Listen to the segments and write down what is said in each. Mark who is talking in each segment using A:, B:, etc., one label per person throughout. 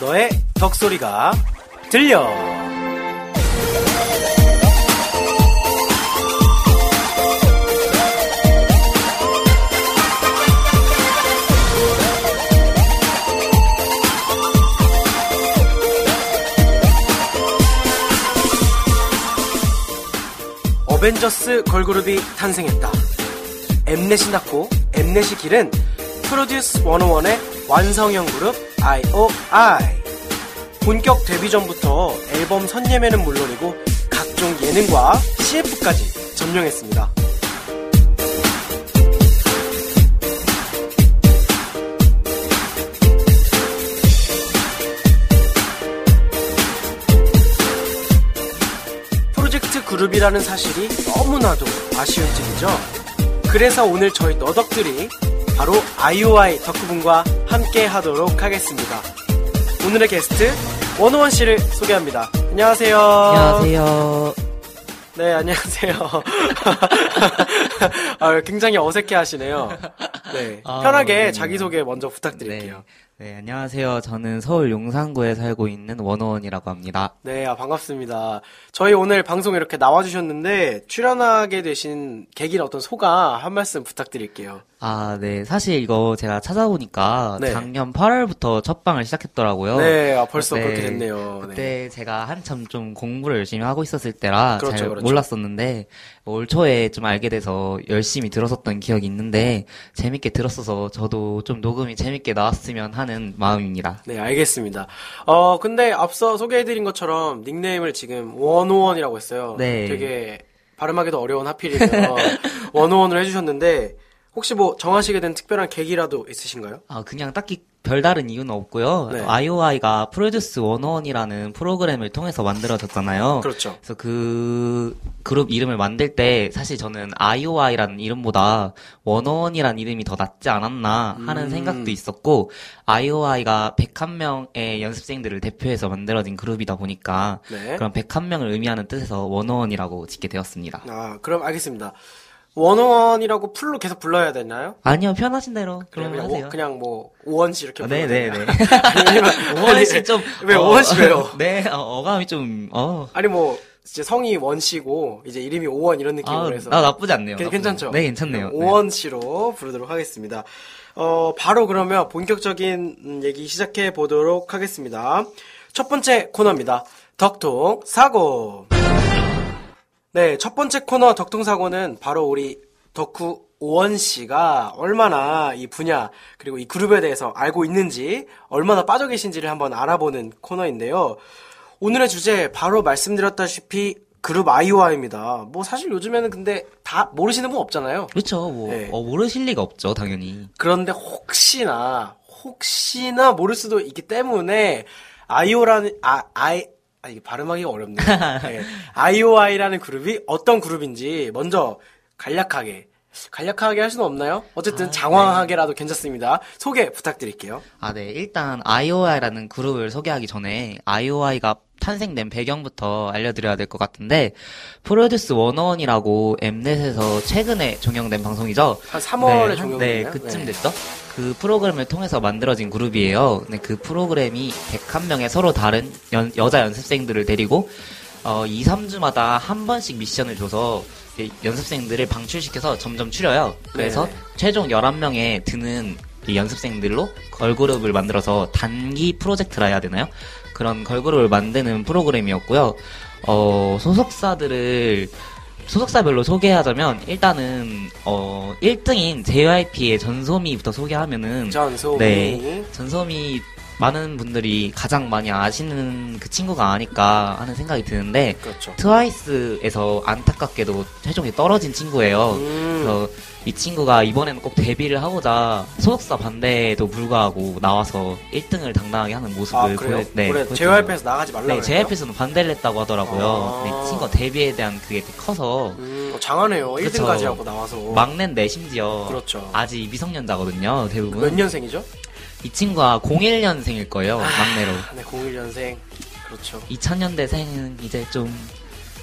A: 너의 덕소리가 들려. 어벤져스 걸그룹이 탄생했다. 엠넷이 낳고 엠넷이 길은 프로듀스 101의 완성형 그룹 IOI. 본격 데뷔 전부터 앨범 선예매는 물론이고 각종 예능과 CF까지 점령했습니다. 프로젝트 그룹이라는 사실이 너무나도 아쉬운 점이죠. 그래서 오늘 저희 너덕들이 바로 아이오아이 덕후분과 함께 하도록 하겠습니다. 오늘의 게스트 원호원 씨를 소개합니다. 안녕하세요.
B: 안녕하세요.
A: 네, 안녕하세요. 아, 굉장히 어색해 하시네요. 네.
B: 아,
A: 편하게
B: 네.
A: 자기소개 먼저 부탁드릴게요.
B: 네. 네, 안녕하세요. 저는 서울 용산구에 살고 있는 원호원이라고 합니다.
A: 네, 아, 반갑습니다. 저희 오늘 방송에 이렇게 나와주셨는데, 출연하게 되신 계기는 어떤 소감 한 말씀 부탁드릴게요.
B: 아, 네. 사실 이거 제가 찾아보니까
A: 네.
B: 작년 8월부터 첫 방을 시작했더라고요.
A: 네, 아, 벌써
B: 그때-
A: 그렇게 됐네요.
B: 어, 그때
A: 네.
B: 제가 한참 좀 공부를 열심히 하고 있었을 때라
A: 그렇죠,
B: 잘
A: 그렇죠.
B: 몰랐었는데 올 초에 좀 알게 돼서 열심히 들었었던 기억이 있는데 재밌게 들었어서 저도 좀 녹음이 재밌게 나왔으면 하는 마음입니다.
A: 네, 알겠습니다. 어, 근데 앞서 소개해드린 것처럼 닉네임을 지금 원호원이라고 했어요.
B: 네.
A: 되게 발음하기도 어려운 하필이면 원호원을 해주셨는데, 혹시 뭐 정하시게 된 특별한 계기라도 있으신가요?
B: 아, 그냥 딱히 별다른 이유는 없고요.
A: 네.
B: IOI가 프로듀스 101이라는 프로그램을 통해서 만들어졌잖아요.
A: 그렇죠.
B: 그래서 그 그룹 이름을 만들 때 사실 저는 IOI라는 이름보다 원원이라는 이름이 더 낫지 않았나 하는
A: 음.
B: 생각도 있었고 IOI가 101명의 연습생들을 대표해서 만들어진 그룹이다 보니까
A: 네.
B: 그런 101명을 의미하는 뜻에서 원원이라고 짓게 되었습니다.
A: 아, 그럼 알겠습니다. 원호원이라고 풀로 계속 불러야 되나요?
B: 아니요, 편하신 대로
A: 그냥,
B: 그러면
A: 그냥
B: 하세요.
A: 오- 그냥 뭐 오원씨 이렇게
B: 아, 네, 네, 네.
A: 아니면
B: 오원씨 좀.
A: 왜뭐
B: 어,
A: 오원씨 왜요?
B: 네, 어, 어감이 좀, 어.
A: 아니 뭐 이제 성이 원씨고 이제 이름이 오원 이런 느낌으로
B: 아,
A: 해서
B: 나 나쁘지 않네요.
A: 괜-
B: 나쁘지
A: 괜찮죠?
B: 않- 네, 괜찮네요. 네.
A: 오원씨로 부르도록 하겠습니다. 어 바로 그러면 본격적인 음, 얘기 시작해 보도록 하겠습니다. 첫 번째 코너입니다. 덕통 사고. 네, 첫 번째 코너 덕통사고는 바로 우리 덕후 오원 씨가 얼마나 이 분야 그리고 이 그룹에 대해서 알고 있는지 얼마나 빠져 계신지를 한번 알아보는 코너인데요. 오늘의 주제 바로 말씀드렸다시피 그룹 아이오아입니다. 뭐 사실 요즘에는 근데 다 모르시는 분 없잖아요.
B: 그렇죠. 뭐
A: 네.
B: 어, 모르실 리가 없죠, 당연히.
A: 그런데 혹시나 혹시나 모를 수도 있기 때문에 아이오라는 아 아이 아 이게 발음하기가 어렵네요. 네. 아이오아이라는 그룹이 어떤 그룹인지 먼저 간략하게 간략하게 할 수는 없나요? 어쨌든 장황하게라도
B: 네.
A: 괜찮습니다. 소개 부탁드릴게요.
B: 아, 네. 일단 IOI라는 그룹을 소개하기 전에 IOI가 탄생된 배경부터 알려드려야 될 것 같은데 프로듀스 101이라고 엠넷에서 최근에 종영된 방송이죠.
A: 한 3월에
B: 네,
A: 종영됐나요?
B: 한- 네, 그쯤 됐죠. 그 프로그램을 통해서 만들어진 그룹이에요. 근데 그 프로그램이 101명의 서로 다른 연- 여자 연습생들을 데리고 어, 2, 3주마다 한 번씩 미션을 줘서 이제 연습생들을 방출시켜서 점점 추려요. 그래서
A: 네.
B: 최종 11명에 드는 이 연습생들로 걸그룹을 만들어서 단기 프로젝트라 해야 되나요? 그런 걸그룹을 만드는 프로그램이었고요. 어, 소속사들을 소속사별로 소개하자면 일단은 어 1등인 JYP의 전소미부터 소개하면은
A: 전소미.
B: 네. 전소미 많은 분들이 가장 많이 아시는 그 친구가 아닐까 하는 생각이 드는데
A: 그렇죠.
B: 트와이스에서 안타깝게도 최종에 떨어진 친구예요.
A: 음,
B: 그래서 이 친구가 이번에는 꼭 데뷔를 하고자 소속사 반대에도 불구하고 나와서 1등을 당당하게 하는 모습을
A: 아 그래요?
B: 보여- 네,
A: 올해
B: 보여줬어요.
A: JYP에서 나가지 말라고
B: 네,
A: 했나요?
B: JYP에서는 반대를 했다고 하더라고요.
A: 아.
B: 네, 이 친구가 데뷔에 대한 그게 되게 커서
A: 음, 어, 장하네요.
B: 그렇죠.
A: 1등까지 하고 나와서.
B: 막내인데 심지어
A: 그렇죠.
B: 아직 미성년자거든요. 대부분
A: 몇 년생이죠?
B: 이 친구가 01년생일
A: 아.
B: 거예요. 막내로
A: 네, 01년생. 그렇죠.
B: 2000년대생은 이제 좀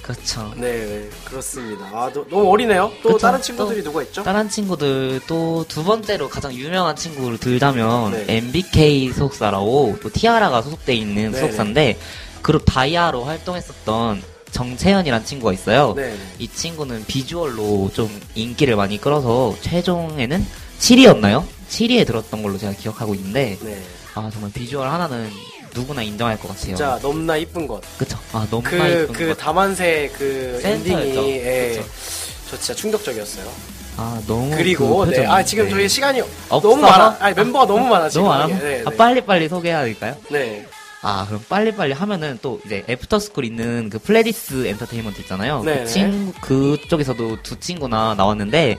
B: 그렇죠.
A: 네, 네, 그렇습니다. 아, 너, 무 어리네요. 또
B: 그쵸?
A: 다른 친구들이
B: 그렇죠. 또
A: 누가 있죠?
B: 다른 친구들 또 두 번째로 가장 유명한 친구를 들자면
A: 네.
B: MBK 소속사라고 또 티아라가 소속돼 있는
A: 네네.
B: 소속사인데 그룹 다이아로 활동했었던 정채연이란 친구가 있어요.
A: 네, 네.
B: 이 친구는 비주얼로 좀 인기를 많이 끌어서 최종에는 7위였나요? 7위에 들었던 걸로 제가 기억하고 있는데
A: 네.
B: 아 정말 비주얼 하나는 누구나 인정할 것 같아요.
A: 진짜 넘나 이쁜 것.
B: 그쵸? 아 너무 나
A: 그,
B: 네. 이쁜
A: 그
B: 것 같아.
A: 다만세 그
B: 센터였죠.
A: 엔딩이, 예.
B: 그쵸.
A: 저 진짜 충격적이었어요.
B: 아 너무
A: 그리고,
B: 그
A: 네.
B: 표정이,
A: 아, 지금
B: 네.
A: 저희 시간이
B: 없어서?
A: 너무 많아. 아니, 멤버가 너무 많아, 지금.
B: 너무 안 하고
A: 예, 네,
B: 아
A: 네.
B: 빨리 빨리 소개해야 될까요?
A: 네.
B: 아, 그럼 빨리빨리 하면은 또 이제 애프터스쿨 있는 그 플레디스 엔터테인먼트 있잖아요.
A: 네네.
B: 그 친구, 그쪽에서도 두 친구나 나왔는데,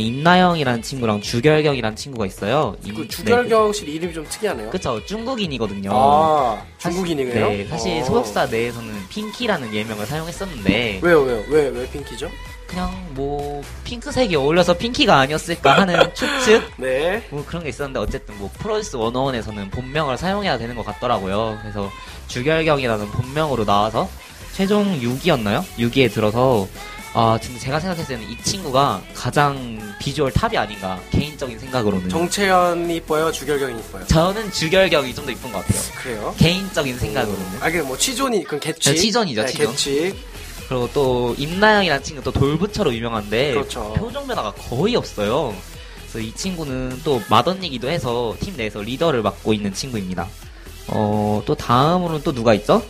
B: 임나영이라는 친구랑 주결경이라는 친구가 있어요. 임-
A: 그
B: 네,
A: 주결경 실 이름이 좀 특이하네요.
B: 그- 그쵸, 중국인이거든요.
A: 아,
B: 사실-
A: 중국인이네요?
B: 네, 사실
A: 어.
B: 소속사 내에서는 핑키라는 예명을 사용했었는데,
A: 왜요, 왜요? 왜, 왜 핑키죠?
B: 그냥 뭐, 핑크색이 어울려서 핑키가 아니었을까 하는 추측?
A: 네.
B: 뭐 그런 게 있었는데 어쨌든 뭐 프로듀스 101에서는 본명을 사용해야 되는 것 같더라고요. 그래서 주결경이라는 본명으로 나와서 최종 6위였나요? 6위에 들어서 아 진짜 제가 생각했을 때는 이 친구가 가장 비주얼 탑이 아닌가 개인적인 생각으로는
A: 정채연이 이뻐요, 주결경이 이뻐요.
B: 저는 주결경이 좀 더 이쁜 것 같아요.
A: 그래요?
B: 개인적인 생각으로는
A: 아, 그 뭐, 취존이, 그건 개취.
B: 네, 취존이죠, 취존.
A: 개취.
B: 그리고 또 임나영이라는 친구 또 돌부처로 유명한데
A: 그렇죠.
B: 표정 변화가 거의 없어요. 그래서 이 친구는 또 맏언니기도 해서 팀 내에서 리더를 맡고 있는 친구입니다. 어, 또 다음으로는 또 누가 있죠?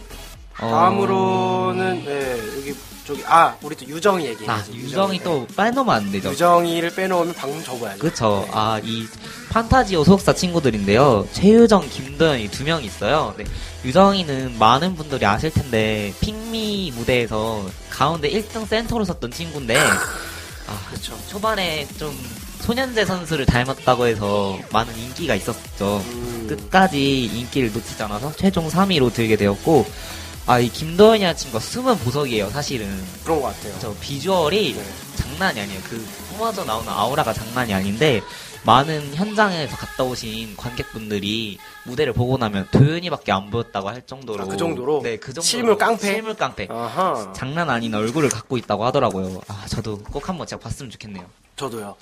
B: 어,
A: 다음으로는, 네, 여기, 저기, 아, 우리 또 유정이
B: 아,
A: 얘기해야지.
B: 유정이 또 빼놓으면 안 되죠.
A: 유정이를 빼놓으면 방금 접어야죠.
B: 그쵸.
A: 네.
B: 아, 이 판타지오 소속사 친구들인데요. 최유정, 김도현이 두 명 있어요. 네. 유정이는 많은 분들이 아실 텐데, 핑미 무대에서 가운데 1등 센터로 섰던 친구인데, 아,
A: 그쵸.
B: 초반에 좀 소년제 선수를 닮았다고 해서 많은 인기가 있었죠.
A: 음,
B: 끝까지 인기를 놓치지 않아서 최종 3위로 들게 되었고, 아, 이 김도현이라는 친구가 숨은 보석이에요, 사실은.
A: 그런 것 같아요.
B: 저 비주얼이
A: 네.
B: 장난이 아니에요. 그 뿜어져 나오는 아우라가 장난이 아닌데 많은 현장에서 갔다 오신 관객분들이 무대를 보고 나면 도현이밖에 안 보였다고 할 정도로
A: 아, 그 정도로?
B: 네, 그 정도로
A: 실물 깡패? 어.
B: 실물 깡패.
A: 아하.
B: 장난 아닌 얼굴을 갖고 있다고 하더라고요. 아, 저도 꼭 한번 제가 봤으면 좋겠네요.
A: 저도요.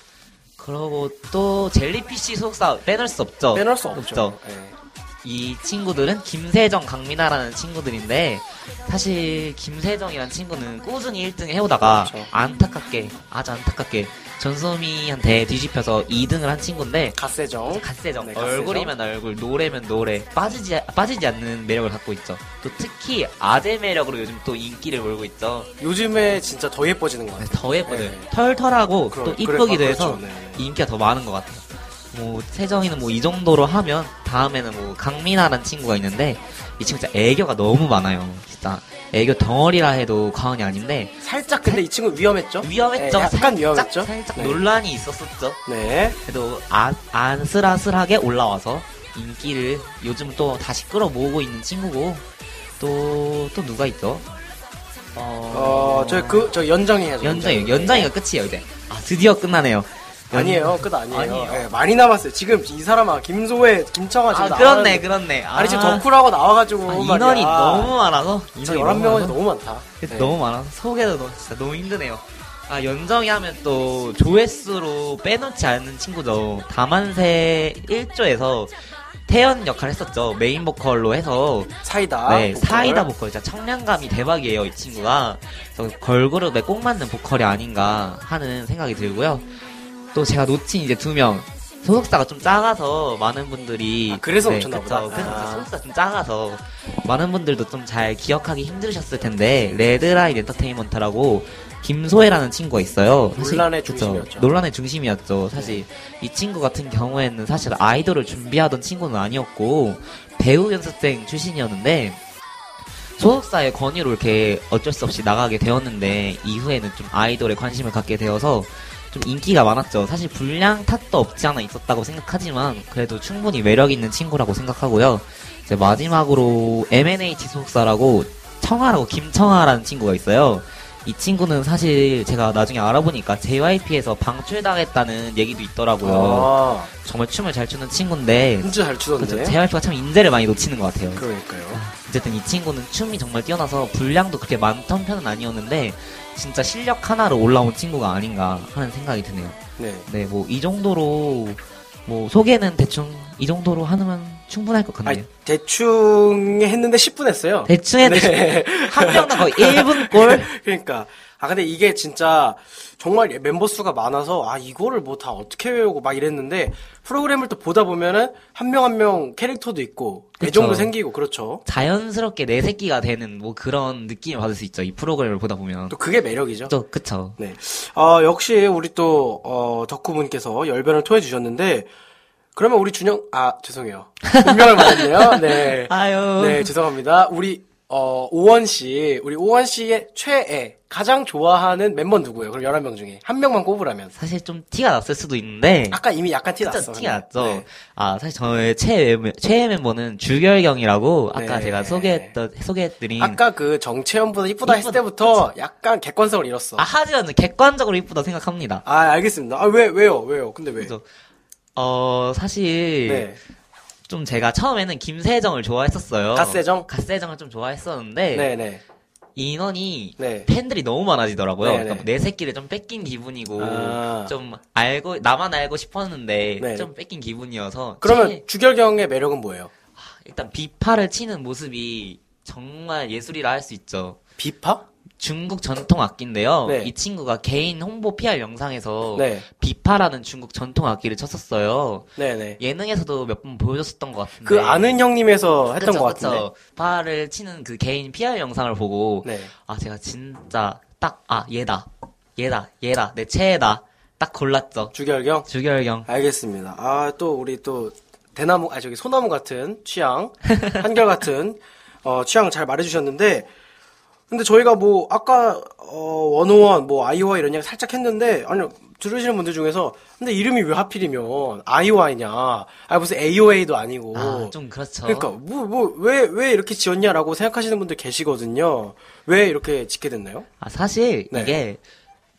B: 그러고 또 젤리피쉬 소속사 빼놓을 수 없죠.
A: 빼놓을 수 없죠. 예.
B: 이 친구들은 김세정, 강민아라는 친구들인데 사실 김세정이라는 친구는 꾸준히 1등 해오다가
A: 그렇죠.
B: 안타깝게 아주 안타깝게 전소미한테 뒤집혀서 2등을 한 친구인데
A: 갓세정.
B: 갓세정
A: 네, 갓세정.
B: 얼굴이면 얼굴 노래면 노래 빠지지 빠지지 않는 매력을 갖고 있죠. 또 특히 아재 매력으로 요즘 또 인기를 몰고 있죠.
A: 요즘에 진짜 더 예뻐지는 것 같아요.
B: 더 예쁘죠.
A: 네.
B: 털털하고
A: 그러-
B: 또
A: 그래, 그렇죠.
B: 이쁘기도 해서
A: 네, 네.
B: 인기가 더 많은 것 같아요. 뭐 세정이는 뭐 이 정도로 하면 다음에는 뭐 강민아라는 친구가 있는데 이 친구 진짜 애교가 너무 많아요. 진짜 애교 덩어리라 해도 과언이 아닌데
A: 살짝 근데 이 친구 위험했죠?
B: 위험했죠.
A: 예, 약간
B: 살짝,
A: 위험했죠?
B: 살짝
A: 네.
B: 논란이 있었었죠.
A: 네.
B: 그래도 아, 안슬아슬하게 올라와서 인기를 요즘 또 다시 끌어모으고 있는 친구고 또 또 누가 있죠?
A: 어, 저 그, 저 연장해야죠.
B: 연장이 연장이가 끝이에요 이제. 아 드디어 끝나네요. 연-
A: 아니에요. 끝 아니에요.
B: 아니에요.
A: 예, 많이 남았어요. 지금 이 사람아, 김소혜, 김청아 지금
B: 아
A: 나와.
B: 그렇네 그렇네. 아,
A: 아니, 지금 덕후라고 나와가지고.
B: 아,
A: 어, 말이야.
B: 인원이 너무 많아서
A: 지금
B: 인원이
A: 11명이
B: 많아서.
A: 너무 많다. 네.
B: 너무 많아서 소개도 너무, 진짜 너무 힘드네요. 아 연정이 하면 또 조회수로 빼놓지 않는 친구죠. 다만세 1조에서 태연 역할 했었죠. 메인 보컬로 해서
A: 사이다.
B: 네,
A: 보컬.
B: 사이다 보컬. 진짜 청량감이 대박이에요, 이 친구가. 그래서 걸그룹에 네, 꼭 맞는 보컬이 아닌가 하는 생각이 들고요. 또 제가 놓친 이제 두 명. 소속사가 좀 작아서 많은 분들이 네,
A: 아, 그래서 놓쳤나
B: 그쵸.
A: 보다.
B: 그래서
A: 아.
B: 소속사 좀 작아서 많은 분들도 좀 잘 기억하기 힘드셨을 텐데 레드라인 엔터테인먼트라고 김소혜라는 친구가 있어요.
A: 논란의
B: 그쵸.
A: 중심이었죠. 네.
B: 논란의 중심이었죠. 사실 이 친구 같은 경우에는 사실 아이돌을 준비하던 친구는 아니었고 배우 연습생 출신이었는데 소속사의 권유로 이렇게 어쩔 수 없이 나가게 되었는데 이후에는 좀 아이돌에 관심을 갖게 되어서 좀 인기가 많았죠. 사실 불량 탓도 없지 않아 있었다고 생각하지만 그래도 충분히 매력 있는 친구라고 생각하고요. 이제 마지막으로 MNH 소속사라고 청아라고 김청아라는 친구가 있어요. 이 친구는 사실 제가 나중에 알아보니까 JYP에서 방출당했다는 얘기도 있더라고요.
A: 아, 네.
B: 정말 춤을 잘 추는 친구인데
A: 진짜 잘 추던데.
B: 그렇죠. JYP가 참 인재를 많이 놓치는 것 같아요.
A: 그러니까요.
B: 이제 어쨌든 이 친구는 춤이 정말 뛰어나서 분량도 그렇게 많던 편은 아니었는데 진짜 실력 하나로 올라온 친구가 아닌가 하는 생각이 드네요.
A: 네.
B: 네, 뭐 이 정도로 뭐 소개는 대충 이 정도로 하면 충분할 것
A: 아,
B: 같네요.
A: 대충 했는데 10분 했어요.
B: 대충 해도
A: 네.
B: 한 명당 거의 1분 꼴.
A: 그러니까 아 근데 이게 진짜 정말 멤버 수가 많아서 아 이거를 뭐 다 어떻게 외우고 막 이랬는데 프로그램을 또 보다 보면은 한 명 한 명 캐릭터도 있고 애정도
B: 그쵸.
A: 생기고 그렇죠.
B: 자연스럽게 내 새끼가 되는 뭐 그런 느낌을 받을 수 있죠. 이 프로그램을 보다 보면.
A: 또 그게 매력이죠.
B: 또 그쵸.
A: 네. 아 역시 우리 또 어, 덕후분께서 열변을 토해 주셨는데 그러면 우리 준영 아 죄송해요. 분명을 말했네요. 네.
B: 아유.
A: 네, 죄송합니다. 우리 어, 오원 씨, 우리 오원 씨의 최애 가장 좋아하는 멤버 누구예요? 그럼 11명 중에 한 명만 꼽으라면.
B: 사실 좀 티가 났을 수도 있는데.
A: 아까 이미 약간 티
B: 진짜
A: 났어.
B: 티가 났죠.
A: 네.
B: 아 사실 저의 최애 멤- 최애 멤버는 주결경이라고 아까
A: 네.
B: 제가 소개했던 소개해드린
A: 아까 그 정채연보다 이쁘다 했을 때부터 약간 객관성을 잃었어.
B: 아, 하지만 객관적으로 이쁘다 생각합니다.
A: 아, 알겠습니다. 아, 왜 왜요? 왜요? 근데 왜?
B: 그죠. 어 사실
A: 네.
B: 좀 제가 처음에는 김세정을 좋아했었어요.
A: 갓세정?
B: 갓세정을 좀 좋아했었는데
A: 네, 네.
B: 인원이
A: 네.
B: 팬들이 너무 많아지더라고요.
A: 네네.
B: 그러니까 내 새끼를 좀 뺏긴 기분이고
A: 아.
B: 좀 알고 나만 알고 싶었는데
A: 네.
B: 좀 뺏긴 기분이어서
A: 그러면
B: 제일-
A: 주결경의 매력은 뭐예요?
B: 일단 비파를 치는 모습이 정말 예술이라 할 수 있죠.
A: 비파?
B: 중국 전통 악기인데요.
A: 네.
B: 이 친구가 개인 홍보 PR 영상에서
A: 네.
B: 비파라는 중국 전통 악기를 쳤었어요.
A: 네, 네.
B: 예능에서도 몇 번 보여줬었던 것 같은데.
A: 그 아는 형님에서 했던
B: 네. 그쵸,
A: 것 같은데.
B: 그쵸. 파를 치는 그 개인 PR 영상을 보고
A: 네.
B: 아 제가 진짜 딱 아 얘다 얘다 얘다 내 최애다 딱 골랐죠.
A: 주결경?
B: 주결경
A: 알겠습니다. 아, 또 우리 또 대나무, 아, 저기 소나무 같은 취향, 한결 같은 어, 취향 잘 말해주셨는데, 근데 저희가 뭐 아까 어, 원오원, 뭐 아이와 이런 얘기 살짝 했는데, 아니 들으시는 분들 중에서 근데 이름이 왜 하필이면 아이와이냐, 아 무슨 AOA도 아니고.
B: 아 좀 그렇죠.
A: 그러니까 뭐 뭐 왜 왜 이렇게 지었냐라고 생각하시는 분들 계시거든요. 왜 이렇게 짓게 됐나요?
B: 아, 사실
A: 네.
B: 이게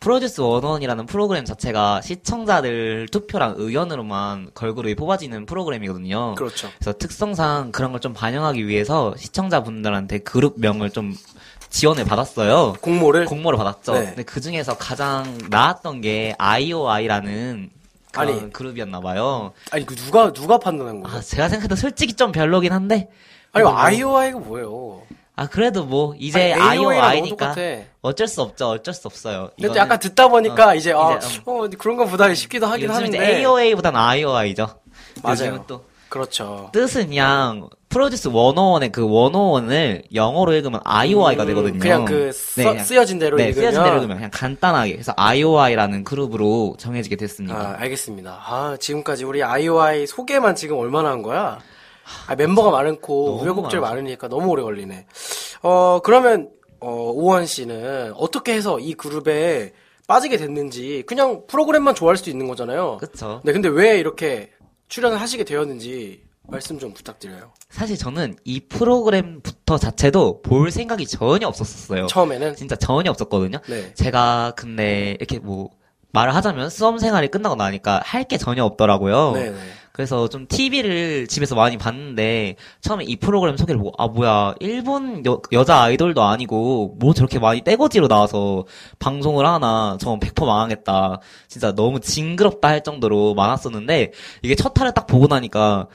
B: 프로듀스 원원이라는 프로그램 자체가 시청자들 투표랑 의견으로만 걸그룹이 뽑아지는 프로그램이거든요.
A: 그렇죠.
B: 래서 특성상 그런 걸 좀 반영하기 위해서 시청자분들한테 그룹명을 좀 지원을 받았어요.
A: 공모를
B: 공모를 받았죠.
A: 네.
B: 근데 그 중에서 가장 나았던 게 IOI라는 그런
A: 아니.
B: 그룹이었나 봐요.
A: 아니 그 누가 누가 판단한 거예요?
B: 아, 제가 생각해도 솔직히 좀 별로긴 한데.
A: 아니
B: 뭐,
A: 아이오아이가 뭐예요?
B: 아, 그래도 뭐
A: 아니,
B: 이제
A: AOA 랑 너무
B: IOI니까
A: 똑같아.
B: 어쩔 수 없죠. 어쩔 수 없어요.
A: 근데 또
B: 이거는-
A: 약간 듣다 보니까
B: 어,
A: 이제 아,
B: 이제,
A: 어, 그런 건 보다 싶기도 하긴
B: 요즘
A: 하는데
B: 이제 AOA보단 IOI죠.
A: 맞아요.
B: 요즘은 또
A: 그렇죠.
B: 뜻은 그냥 프로듀스 101의 그 101을 영어로 읽으면 IOI가 되거든요.
A: 그냥 그
B: 네,
A: 써,
B: 그냥-
A: 쓰여진 대로
B: 네,
A: 읽으면
B: 쓰여진 대로 읽으면 그냥 간단하게 그래서 IOI라는 그룹으로 정해지게
A: 아,
B: 됐습니다.
A: 알겠습니다. 아, 지금까지 우리 아이오아이 소개만 지금 얼마나 한 거야? 아, 멤버가 많고
B: 너무
A: 우여곡절
B: 많아서.
A: 많으니까 너무 오래 걸리네. 어, 그러면 어, 오원 씨는 어떻게 해서 이 그룹에 빠지게 됐는지 그냥 프로그램만 좋아할 수도 있는 거잖아요.
B: 그쵸.
A: 네, 근데 왜 이렇게 출연을 하시게 되었는지 말씀 좀 부탁드려요.
B: 사실 저는 이 프로그램부터 자체도 볼 생각이 전혀 없었어요.
A: 처음에는
B: 진짜 전혀 없었거든요.
A: 네.
B: 제가 근데 이렇게 뭐 말을 하자면 수험 생활이 끝나고 나니까 할 게 전혀 없더라고요.
A: 네, 네.
B: 그래서 좀 TV를 집에서 많이 봤는데 처음에 이 프로그램 소개를 보고 아 뭐야 일본 여, 여자 아이돌도 아니고 뭐 저렇게 많이 떼거지로 나와서 방송을 하나 저건 100% 망하겠다 진짜 너무 징그럽다 할 정도로 많았었는데 이게 첫 화를 딱 보고 나니까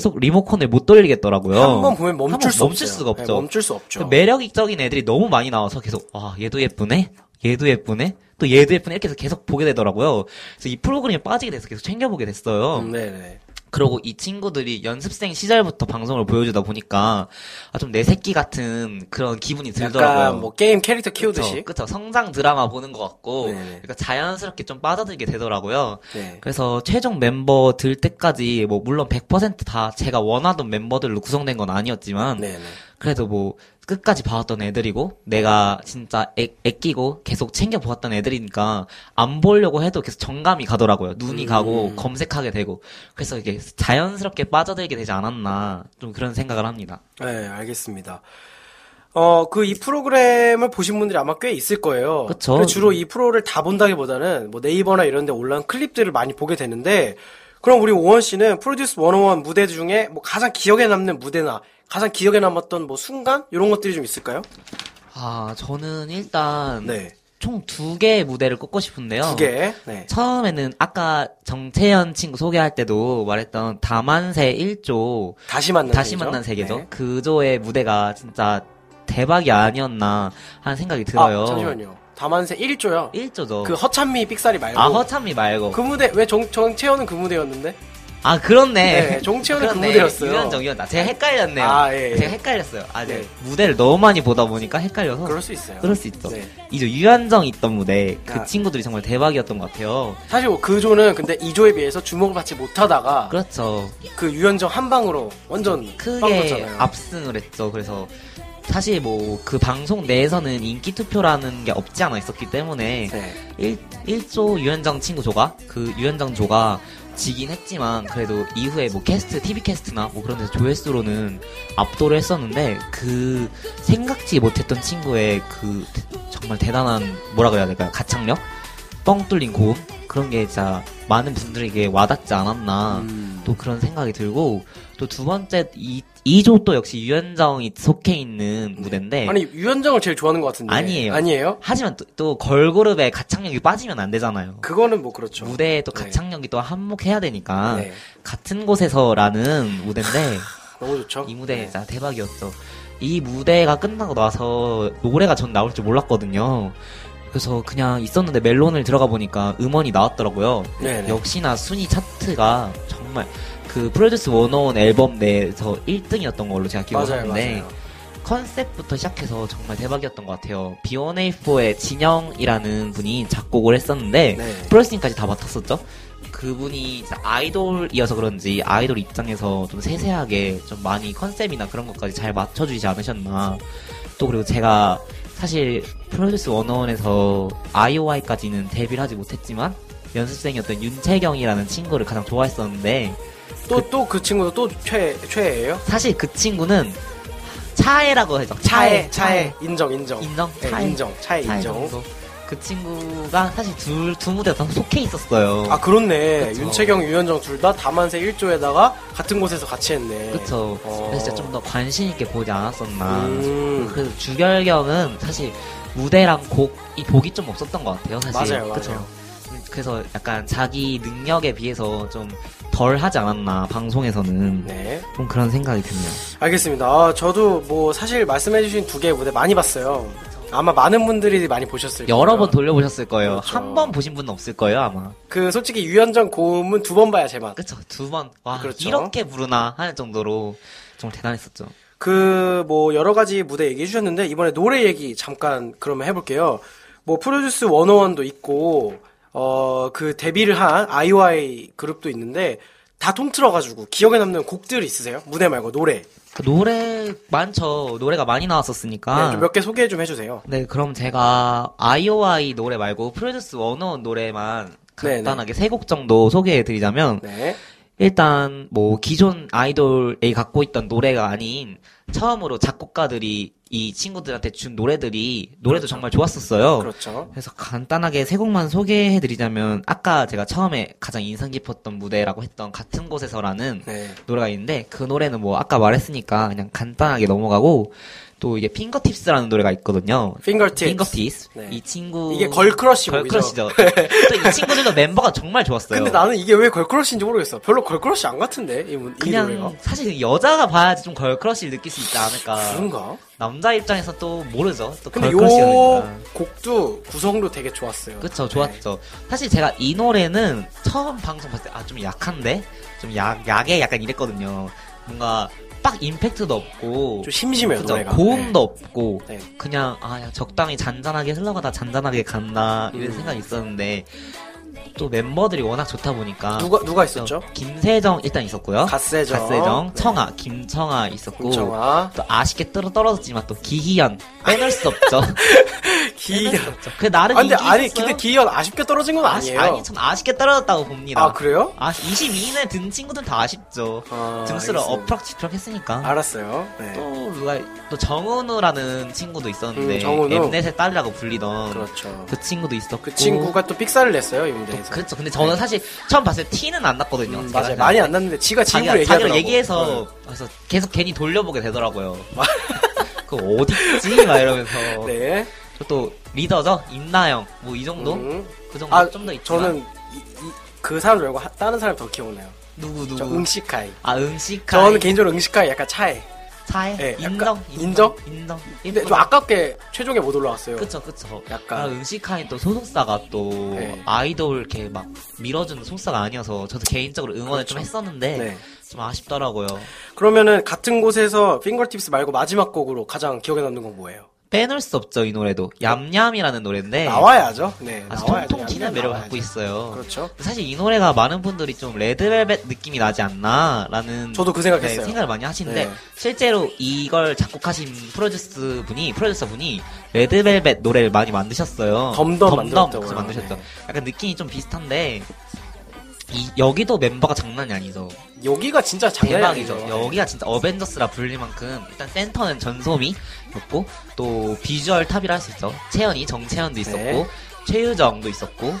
B: 계속 리모컨을 못 돌리겠더라고요.
A: 한 번 보면 멈출
B: 한번
A: 수
B: 멈출
A: 없어요.
B: 수가 없죠.
A: 네, 멈출 수 없죠.
B: 매력적인 애들이 너무 많이 나와서 계속 아 얘도 예쁘네 얘도 예쁘네 또 얘도 예쁘네 이렇게 해서 계속 보게 되더라고요 그래서 이 프로그램에 빠지게 돼서 계속 챙겨보게 됐어요
A: 음, 네네.
B: 그러고 이 친구들이 연습생 시절부터 방송을 보여주다 보니까 아, 좀 내 새끼 같은 그런 기분이 들더라고요
A: 약간 뭐 게임 캐릭터 키우듯이.
B: 그쵸, 그쵸 성장 드라마 보는 것 같고
A: 네네.
B: 그러니까 자연스럽게 좀 빠져들게 되더라고요
A: 네.
B: 그래서 최종 멤버 들 때까지 뭐 물론 100%다 제가 원하던 멤버들로 구성된 건 아니었지만
A: 네네.
B: 그래도 뭐 끝까지 봐왔던 애들이고 내가 진짜 애, 애끼고 계속 챙겨 보았던 애들이니까 안 보려고 해도 계속 정감이 가더라고요 눈이
A: 음.
B: 가고 검색하게 되고 그래서 이게 자연스럽게 빠져들게 되지 않았나 좀 그런 생각을 합니다
A: 네, 알겠습니다. 어, 그 이 프로그램을 보신 분들이 아마 꽤 있을 거예요.
B: 그쵸.
A: 그래서 주로 이 프로를 다 본다기보다는 뭐 네이버나 이런 데 올라온 클립들을 많이 보게 되는데 그럼 우리 오원 씨는 프로듀스 101 무대 중에 뭐 가장 기억에 남는 무대나 가장 기억에 남았던 뭐 순간 이런 것들이 좀 있을까요?
B: 아, 저는 일단
A: 네.
B: 총 두 개의 무대를 꼽고 싶은데요.
A: 두
B: 어.
A: 개. 네.
B: 처음에는 아까 정채연 친구 소개할 때도 말했던 다만세 1조
A: 다시 만난
B: 다시
A: 세계죠?
B: 만난 세계죠.
A: 네.
B: 그조의 무대가 진짜 대박이 아니었나 하는 생각이 들어요.
A: 아, 잠시만요. 다만세 1조요.
B: 1조죠.
A: 그 허찬미 삑사리 말고.
B: 아, 허참이 말고.
A: 그 무대 왜 정, 정채연은 그 무대였는데?
B: 아, 그렇네.
A: 네, 정채연은 그
B: 그렇네.
A: 무대였어요.
B: 유현정, 유현정. 제가 헷갈렸네요.
A: 아, 예, 예.
B: 제가 헷갈렸어요. 아, 네.
A: 네.
B: 무대를 너무 많이 보다 보니까 헷갈려서.
A: 그럴 수 있어요.
B: 그럴 수 있죠.
A: 네.
B: 이제 유현정 있던 무대, 그
A: 아.
B: 친구들이 정말 대박이었던 것 같아요.
A: 사실 그 조는 근데 2조에 비해서 주목을 받지 못하다가 그,
B: 그렇죠.
A: 유연정 한 방으로 완전
B: 크게
A: 빵졌잖아요.
B: 압승을 했죠. 그래서 사실 뭐 그 방송 내에서는 인기 투표라는 게 없지 않아 있었기 때문에
A: 네.
B: 1, 1조 유현정 친구 조가 그 유현정 조가 지긴 했지만 그래도 이후에 뭐 캐스트 TV 캐스트나 뭐 그런 데서 조회수로는 압도를 했었는데 그 생각지 못했던 친구의 그 대- 정말 대단한 뭐라 그래야 될까요 가창력 뻥 뚫린 고음 그런 게 진짜 많은 분들에게 와닿지 않았나
A: 음.
B: 또 그런 생각이 들고 또 두 번째 이 2조 또 역시 유현정이 속해 있는 무대인데
A: 네. 아니 유연정을 제일 좋아하는 것 같은데
B: 네. 아니에요.
A: 아니에요?
B: 하지만 또, 또 걸그룹의 가창력이 빠지면 안 되잖아요.
A: 그거는 뭐 그렇죠.
B: 무대에 아, 또
A: 네.
B: 가창력이 또 한몫해야 되니까
A: 네.
B: 같은 곳에서라는 무대인데
A: 너무 좋죠.
B: 이 무대
A: 네.
B: 진짜 대박이었죠. 이 무대가 끝나고 나서 노래가 전 나올 줄 몰랐거든요. 그래서 그냥 있었는데 멜론을 들어가 보니까 음원이 나왔더라고요.
A: 네네.
B: 역시나 순위 차트가 정말 그 프로듀스 101 앨범 내에서 1등이었던 걸로 제가 기억을
A: 맞아요,
B: 하는데 네.
A: 맞아요.
B: 컨셉부터 시작해서 정말 대박이었던 것 같아요. B1A4의 진영이라는 분이 작곡을 했었는데
A: 네.
B: 프로듀싱까지 다 맡았었죠. 그분이 진짜 아이돌이어서 그런지 아이돌 입장에서 좀 세세하게 좀 많이 컨셉이나 그런 것까지 잘 맞춰주지 않으셨나. 또 그리고 제가 사실 프로듀스 101에서 IOI까지는 데뷔를 하지 못했지만 연습생이었던 윤채경이라는 친구를 가장 좋아했었는데
A: 또또 그 친구도 또 최 최애예요?
B: 사실 그 친구는 차애라고 해죠.
A: 인정 인정
B: 인정?
A: 네,
B: 차애.
A: 인정 차애
B: 차이
A: 인정.
B: 정도. 그 친구가 사실 둘, 두 무대 다 속해 있었어요.
A: 아 그렇네
B: 그쵸.
A: 윤채경 유연정 둘 다 다만세 1조에다가 같은 곳에서 같이 했네.
B: 그쵸.
A: 어.
B: 그래서 진짜 좀 더 관심 있게 보지 않았었나.
A: 음.
B: 그래서 주결경은 사실 무대랑 곡이 복이 좀 없었던 것 같아요, 사실.
A: 맞아요,
B: 그쵸. 음,
A: 맞아요.
B: 그래서 약간 자기 능력에 비해서 좀 덜 하지 않았나, 방송에서는.
A: 네.
B: 좀 그런 생각이 드네요.
A: 알겠습니다. 아, 저도 뭐 사실 말씀해주신 두 개의 무대 많이 봤어요. 아마 많은 분들이 많이 보셨을 거예요.
B: 여러 번 돌려보셨을 거예요.
A: 그렇죠.
B: 한 번 보신 분은 없을 거예요, 아마.
A: 그 솔직히 유연정 고음은 두 번 봐야 제맛.
B: 그쵸. 두 번. 와,
A: 그렇죠.
B: 이렇게 부르나 하는 정도로 정말 대단했었죠.
A: 그 뭐 여러 가지 무대 얘기해 주셨는데 이번에 노래 얘기 잠깐 그러면 해볼게요. 뭐 프로듀스 101도 있고 어 그 데뷔를 한 아이오아이 그룹도 있는데 다 통틀어가지고 기억에 남는 곡들 있으세요? 무대 말고 노래.
B: 그 노래 많죠. 노래가 많이 나왔었으니까.
A: 네, 몇 개 소개 좀 해주세요.
B: 네, 그럼 제가 아이오아이 노래 말고 프로듀스 101 노래만
A: 네,
B: 간단하게 세 곡 정도 소개해 드리자면
A: 네.
B: 일단 뭐 기존 아이돌이 갖고 있던 노래가 아닌 처음으로 작곡가들이 이 친구들한테 준 노래들이 노래도 정말 좋았었어요.
A: 그렇죠.
B: 그래서 간단하게 세 곡만 소개해 드리자면 아까 제가 처음에 가장 인상 깊었던 무대라고 했던 같은 곳에서라는
A: 네.
B: 노래가 있는데 그 노래는 뭐 아까 말했으니까 그냥 간단하게 넘어가고 또 이게 핑거팁스라는 노래가 있거든요.
A: 핑거팁스.
B: 핑거팁스.
A: 네.
B: 이 친구
A: 이게 걸크러쉬 곡이죠.
B: 걸크러쉬죠. 또 이 친구들도 멤버가 정말 좋았어요.
A: 근데 나는 이게 왜 걸크러쉬인지 모르겠어. 별로 걸크러쉬 안 같은데 이, 문- 이
B: 그냥
A: 노래가.
B: 사실 여자가 봐야지 좀 걸크러쉬를 느낄 수 있지 않을까.
A: 그런가?
B: 남자 입장에서 또 모르죠. 또
A: 근데
B: 아, 걸크러쉬가
A: 요 네.
B: 되니까.
A: 곡도 구성도 되게 좋았어요.
B: 그쵸 좋았죠. 사실 제가 이 노래는 처음 방송 봤을 때 아 좀 약한데 좀 약 약해 약간 이랬거든요. 뭔가 빡 임팩트도 없고
A: 네. 좀 심심해요
B: 그죠?
A: 노래가.
B: 고음도 없고
A: 네. 네.
B: 그냥 아 야, 적당히 잔잔하게 흘러가다 잔잔하게 간다 이런
A: 음.
B: 생각이 있었는데 또 멤버들이 워낙 좋다 보니까
A: 누가 누가 있었죠?
B: 김세정 일단 있었고요.
A: 갓세정,
B: 갓세정,
A: 네.
B: 청아, 김청아 있었고
A: 공청아,
B: 또 아쉽게 떨어 떨어졌지만 또 기희연 빼놓을 수 없죠.
A: 기현.
B: 그 나름
A: 아니, 근데,
B: 인기
A: 아니,
B: 있었어요.
A: 근데 기현 아쉽게 떨어진 건 아니에요.
B: 아니, 전 아쉽게 떨어졌다고 봅니다.
A: 아, 그래요?
B: 아, 22인에 든 친구들 다 아쉽죠.
A: 아,
B: 등수를
A: 알겠습니다.
B: 엎락지락 했으니까.
A: 알았어요. 네.
B: 또 누가 또 정은우라는 친구도 있었는데
A: 음, 정은우.
B: 엠넷의 딸이라고 불리던 그
A: 그렇죠.
B: 친구도 있었고
A: 그 친구가 또 삑사를 냈어요, 이 문제에서. 네.
B: 그렇죠. 근데 저는 사실 처음 봤을 때 티는 안 났거든요.
A: 음,
B: 제가
A: 맞아요.
B: 그냥
A: 많이 안 났는데 지가
B: 자기가
A: 친구를
B: 자기랑
A: 얘기하더라고.
B: 얘기해서
A: 어.
B: 그래서 계속 괜히 돌려보게 되더라고요. 그 어딨지? 막 이러면서
A: 네.
B: 저또 리더죠 임나영 뭐 이 정도
A: 음.
B: 그 정도
A: 아,
B: 좀 더 있지만
A: 저는 이- 이- 그 사람 말고 하- 다른 사람이 더 기억나요.
B: 누구 누구
A: 저 응식하이.
B: 아 음식
A: 저는 개인적으로 응식하이 약간 차해.
B: 차에
A: 예,
B: 인정,
A: 약간
B: 인정 인정
A: 근데 좀 아깝게 최종에 못 올라왔어요.
B: 그쵸 그쵸
A: 약간.
B: 아, 음식하인 또 소속사가 또
A: 네.
B: 아이돌 이렇게 막 밀어주는 소속사가 아니어서 저도 개인적으로 응원을 좀 했었는데
A: 네.
B: 좀 아쉽더라고요
A: 그러면은 같은 곳에서 핑거팁스 말고 마지막 곡으로 가장 기억에 남는 건 뭐예요?
B: 빼놓을 수 없죠 이 노래도 얌얌이라는 노래인데
A: 나와야죠. 네.
B: 아주
A: 나와야죠.
B: 통통 튀는
A: 양면
B: 매력을
A: 나와야죠.
B: 갖고 있어요
A: 그렇죠.
B: 사실 이 노래가 많은 분들이 좀 레드벨벳 느낌이 나지 않나라는
A: 저도 그 생각했어요.
B: 네, 생각을 많이 하시는데
A: 네.
B: 실제로 이걸 작곡하신 프로듀스 분이 프로듀서 분이 레드벨벳 노래를 많이 만드셨어요.
A: 덤덤 만들었다고요.
B: 그래서 만드셨죠.
A: 네.
B: 약간 느낌이 좀 비슷한데 이- 여기도 멤버가 장난이 아니죠.
A: 여기가 진짜 장난이
B: 대박이죠.
A: 아니죠.
B: 여기가 진짜 어벤져스라 불릴 만큼 일단 센터는 전소미였고 또 비주얼 탑이라 할 수 있죠. 채연이 정채연도 있었고
A: 네.
B: 최유정도 있었고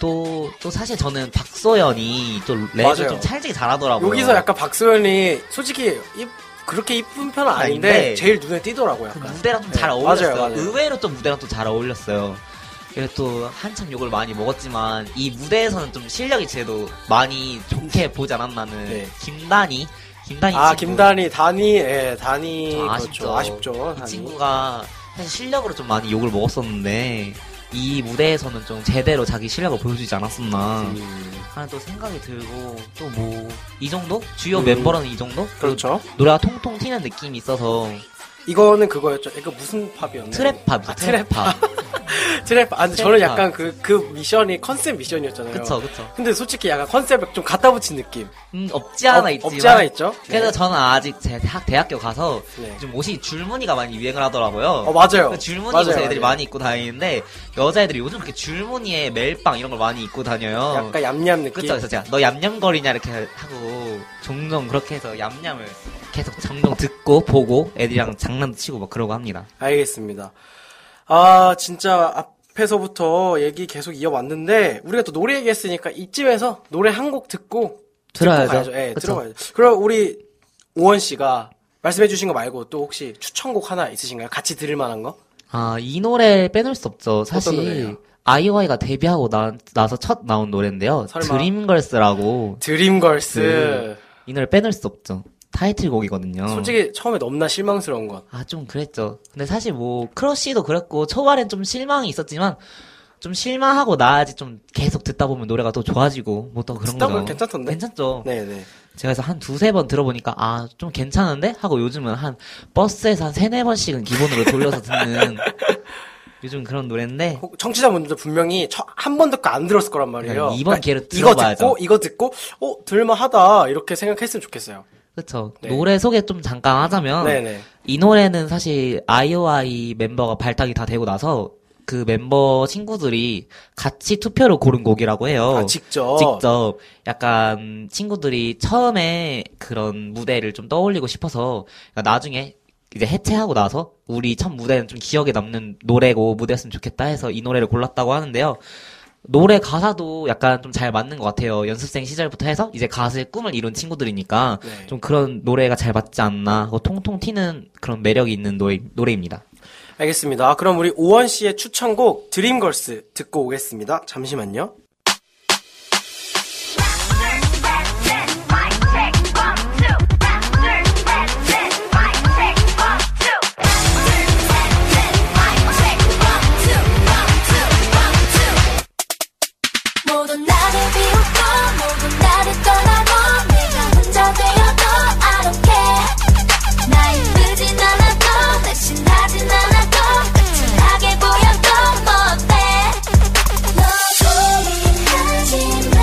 B: 또 또 사실 저는 박소연이 또 랩을
A: 맞아요.
B: 좀 찰지게 잘하더라고요.
A: 여기서 약간 박소연이 솔직히 이- 그렇게 이쁜 편은 아닌데
B: 아닌데
A: 제일 눈에 띄더라고요.
B: 그
A: 약간.
B: 무대랑 좀
A: 네,
B: 잘
A: 맞아요,
B: 어울렸어요.
A: 맞아요.
B: 의외로 또 무대랑 또 잘 어울렸어요. 그래서 또 한참 욕을 많이 먹었지만 이 무대에서는 좀 실력이 제도 많이 좋게 보지 않았나는
A: 네.
B: 김단희 김단희
A: 아
B: 친구.
A: 김단희 단희 예 단희
B: 좀
A: 그렇죠.
B: 뭐. 아쉽죠.
A: 아쉽죠.
B: 이
A: 단희.
B: 친구가 사실 실력으로 좀 많이 욕을 먹었었는데 이 무대에서는 좀 제대로 자기 실력을 보여주지 않았었나
A: 음,
B: 하는 또 생각이 들고 또 뭐 이 정도 주요
A: 음.
B: 멤버로는 이 정도
A: 그렇죠.
B: 그리고 노래가 통통 튀는 느낌이 있어서
A: 이거는 그거였죠. 이거 무슨 팝이었나요?
B: 트랩팝
A: 아,
B: 아,
A: 트랩
B: 트랩팝
A: 트랩. 아 근데 저는
B: 트랩 팝.
A: 약간 그 그 미션이 컨셉 미션이었잖아요.
B: 그쵸 그쵸
A: 근데 솔직히 약간 컨셉을 좀 갖다 붙인 느낌.
B: 음, 없지 않아
A: 어,
B: 있지만
A: 없지 않아 있죠.
B: 그래서
A: 네.
B: 저는 아직 제 학- 대학교 가서
A: 네.
B: 좀 옷이 줄무늬가 많이 유행을 하더라고요.
A: 어 맞아요.
B: 그 줄무늬
A: 맞아요,
B: 옷을
A: 맞아요.
B: 애들이 많이 입고 다니는데 여자애들이 요즘 그렇게 줄무늬에 멜빵 이런 걸 많이 입고 다녀요.
A: 어. 약간 얌얌 느낌.
B: 그쵸, 그래서 제가 너 얌얌거리냐 이렇게 하고 종종 그렇게 해서 얌얌을 계속 종종 듣고 보고 애들이랑 장난도 치고 막 그러고 합니다.
A: 알겠습니다. 아, 진짜 앞에서부터 얘기 계속 이어왔는데, 우리가 또 노래 얘기했으니까 이쯤에서 노래 한 곡 듣고,
B: 들어야죠.
A: 가야죠. 예,
B: 그쵸.
A: 들어가야죠. 그럼 우리 오원 씨가 말씀해주신 거 말고 또 혹시 추천곡 하나 있으신가요? 같이 들을 만한 거?
B: 아, 이 노래 빼놓을 수 없죠. 사실
A: 노래예요?
B: 아이오아이가 데뷔하고 나, 나서 첫 나온 노래인데요.
A: 설마?
B: 드림걸스라고
A: 드림걸스.
B: 네. 어. 이 노래 빼놓을 수 없죠. 타이틀곡이거든요.
A: 솔직히 처음에 너무나 실망스러운 것.
B: 아, 좀 그랬죠. 근데 사실 뭐, 크러쉬도 그랬고, 초반엔 좀 실망이 있었지만, 좀 실망하고 나아지 좀 계속 듣다 보면 노래가 또 좋아지고, 뭐 또 그런
A: 듣다
B: 거죠.
A: 보면 괜찮던데?
B: 괜찮죠.
A: 네네.
B: 제가 그래서 한 두세 번 들어보니까, 아, 좀 괜찮은데? 하고 요즘은 한, 버스에서 한 세네 번씩은 기본으로 돌려서 듣는, 요즘 그런 노래인데,
A: 혹- 청취자분들도 분명히 한 번 듣고 안 들었을 거란 말이에요.
B: 그러니까 이번 기회로
A: 이거
B: 들어봐야죠.
A: 듣고, 이거 듣고, 어, 들만하다. 이렇게 생각했으면 좋겠어요.
B: 그쵸.
A: 네.
B: 노래 소개 좀 잠깐 하자면,
A: 네네.
B: 이 노래는 사실 아이오아이 멤버가 발탁이 다 되고 나서 그 멤버 친구들이 같이 투표로 고른 곡이라고 해요.
A: 아, 직접.
B: 어. 직접 약간 친구들이 처음에 그런 무대를 좀 떠올리고 싶어서 그러니까 나중에 이제 해체하고 나서 우리 첫 무대는 좀 기억에 남는 노래고 무대였으면 좋겠다 해서 이 노래를 골랐다고 하는데요. 노래 가사도 약간 좀 잘 맞는 것 같아요. 연습생 시절부터 해서 이제 가수의 꿈을 이룬 친구들이니까
A: 네.
B: 좀 그런 노래가 잘 맞지 않나. 하고 통통 튀는 그런 매력이 있는 노래, 노래입니다.
A: 알겠습니다. 그럼 우리 오원 씨의 추천곡 드림걸스 듣고 오겠습니다. 잠시만요.
C: 모두 나를 비웃고 모두 나를 떠나고 내가 혼자 되어도 I don't care 나 이쁘진 않아도 날씬하진 않아도 거칠하게 보여도 뭐 어때 너 고민하지마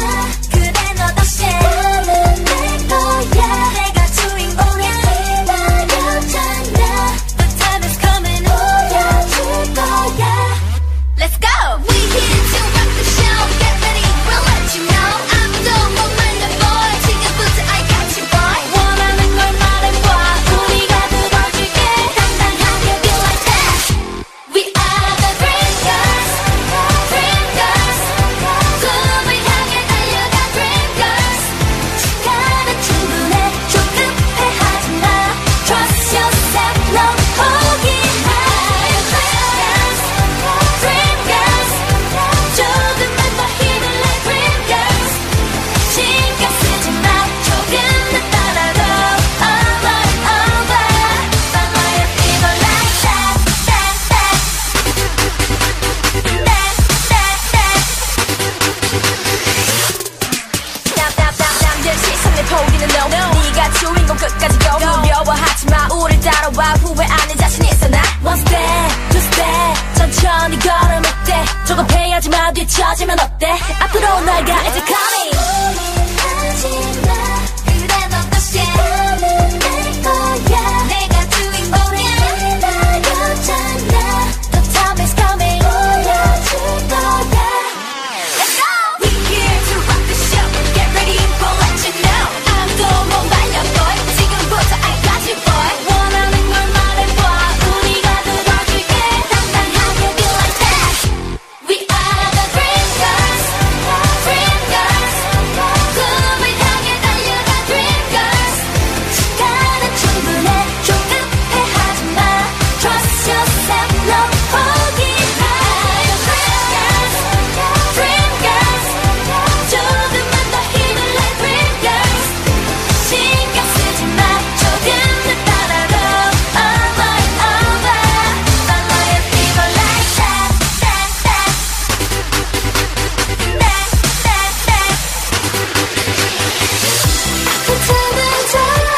C: 그래 너 덕시 나는 내 거야 내가 주인공이야 기다렸잖아 The time is coming 올려줄 거야 천천히 걸으면 돼 조금 패하지만 뒤처지면 어때 앞으로 나가 이제 coming 하지마 그래 넌 다시 나는 내 거야 내가 주인공이야 기다렸잖아 The time is coming 보여줄 거야 We here to rock the show. Get ready, we'll let you know. I'm the one by your boy. 지금부터 I got you, boy. 원하는 걸 말해봐. 우리가 들어줄게. 당당하게 be like that. We are the dream girls, dream girls. 꿈을 향해 달려가 dream girls. 시간은 충분해. 조급해하지 마. Trust yourself, no 포기 마. Dream girls. Dream girls 조금만 더 힘을 내 Dream girls 신경 쓰지 마 조금 더 따라로 Over over Follow your fever like that That that That that that 괜찮은 잘할 거야 주저하지 말고 일어나 한 걸음 또 한 걸음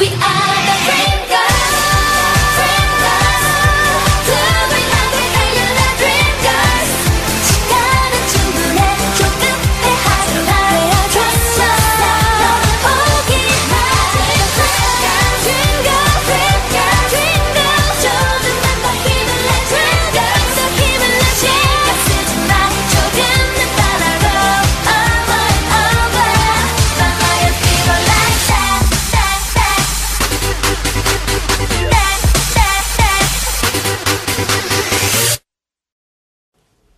C: We are the dream girls, dream girls. 꿈을 향해 달려나 dream girls. 시간은 충분해 조금 해하지 마. Trust yourself, 포기 마. Dream girl, dream girl, dream girl. 조금만 더 힘을 내 dream girl. 더 힘을 내 신경 쓰지 마. 조금 더 따라로 over over. Follow your fever like that, that, that.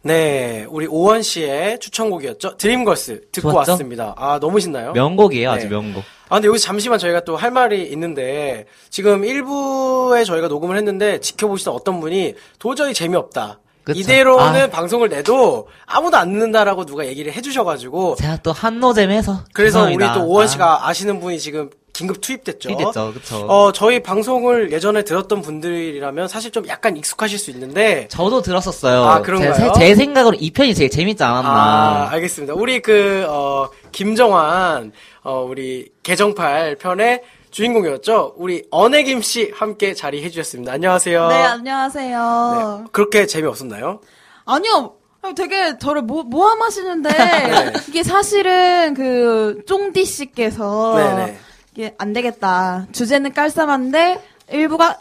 A: 네, 우리 오원 씨의 추천곡이었죠. 드림걸스 듣고
B: 좋았죠?
A: 왔습니다. 아, 너무 신나요?
B: 명곡이에요, 아주
A: 네.
B: 명곡.
A: 아, 근데 여기서 잠시만 저희가 또 할 말이 있는데, 지금 1부에 저희가 녹음을 했는데, 지켜보시던 어떤 분이 도저히 재미없다.
B: 그쵸.
A: 이대로는
B: 아.
A: 방송을 내도 아무도 안 듣는다라고 누가 얘기를 해주셔가지고,
B: 제가 또 한노잼에서
A: 그래서
B: 죄송합니다.
A: 우리 또 오원
B: 아,
A: 씨가 아. 시는 분이 지금 긴급 투입됐죠.
B: 투입됐죠, 그쵸.
A: 어, 저희 방송을 예전에 들었던 분들이라면 사실 좀 약간 익숙하실 수 있는데,
B: 저도 들었었어요.
A: 아, 그런가요?
B: 제, 제 생각으로 이 편이 제일 재밌지 않았나.
A: 아, 알겠습니다. 우리 그, 어, 김정환, 어, 우리 개정팔 편의 주인공이었죠. 우리 언혜김 씨 함께 자리해 주셨습니다. 안녕하세요.
D: 네, 안녕하세요.
A: 네, 그렇게 재미없었나요?
D: 아니요. 아니, 되게 저를 모, 모함하시는데
A: 네.
D: 이게 사실은 그 쫑디 씨께서
A: 네네.
D: 이게 안 되겠다. 주제는 깔쌈한데 일부가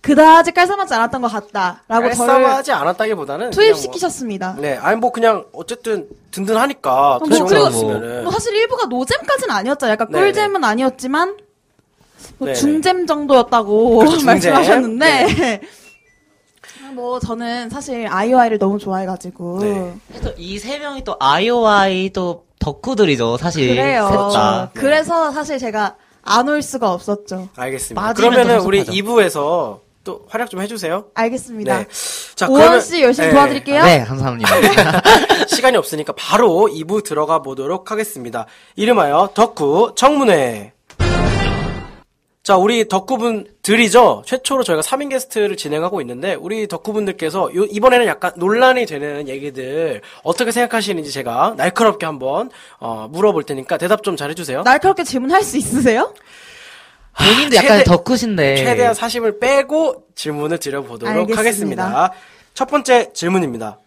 D: 그다지 깔쌈하지 않았던 것 같다라고 저를
A: 싸움하지 않았다기보다는.
D: 투입시키셨습니다.
A: 그냥 뭐, 네, 아니 뭐 그냥 어쨌든 든든하니까.
D: 뭐
A: 뭐,
D: 그리고
A: 그으면은
D: 뭐 사실 일부가 노잼까지는 아니었죠. 약간
A: 네.
D: 꿀잼은 아니었지만 뭐
A: 네.
D: 중잼 정도였다고
A: 그렇죠, 중잼. 네.
D: 말씀하셨는데 뭐 저는 사실 아이오아이를 너무 좋아해가지고
A: 네.
B: 이 세 명이 또 아이오아이 또 덕후들이죠, 사실.
D: 그래요.
B: 셋 다.
D: 그렇죠. 네. 그래서 사실 제가 안 올 수가 없었죠.
A: 알겠습니다.
B: 빠지면
A: 그러면은
B: 좀
A: 우리
B: 섭섭하죠.
A: 2부에서 또 활약 좀 해주세요.
D: 알겠습니다.
A: 네. 자,
D: 오원 씨 열심히
A: 네.
D: 도와드릴게요.
B: 네, 감사합니다.
A: 시간이 없으니까 바로 2부 들어가 보도록 하겠습니다. 이름하여 덕후 청문회. 자, 우리 덕후분들이죠. 최초로 저희가 3인 게스트를 진행하고 있는데 우리 덕후분들께서 요- 이번에는 약간 논란이 되는 얘기들 어떻게 생각하시는지 제가 날카롭게 한번 어, 물어볼 테니까 대답 좀 잘해 주세요.
D: 날카롭게 질문할 수 있으세요?
B: 본인도 약간
A: 최대-
B: 덕후신데.
A: 최대한 사심을 빼고 질문을 드려보도록
D: 알겠습니다.
A: 하겠습니다. 첫 번째 질문입니다.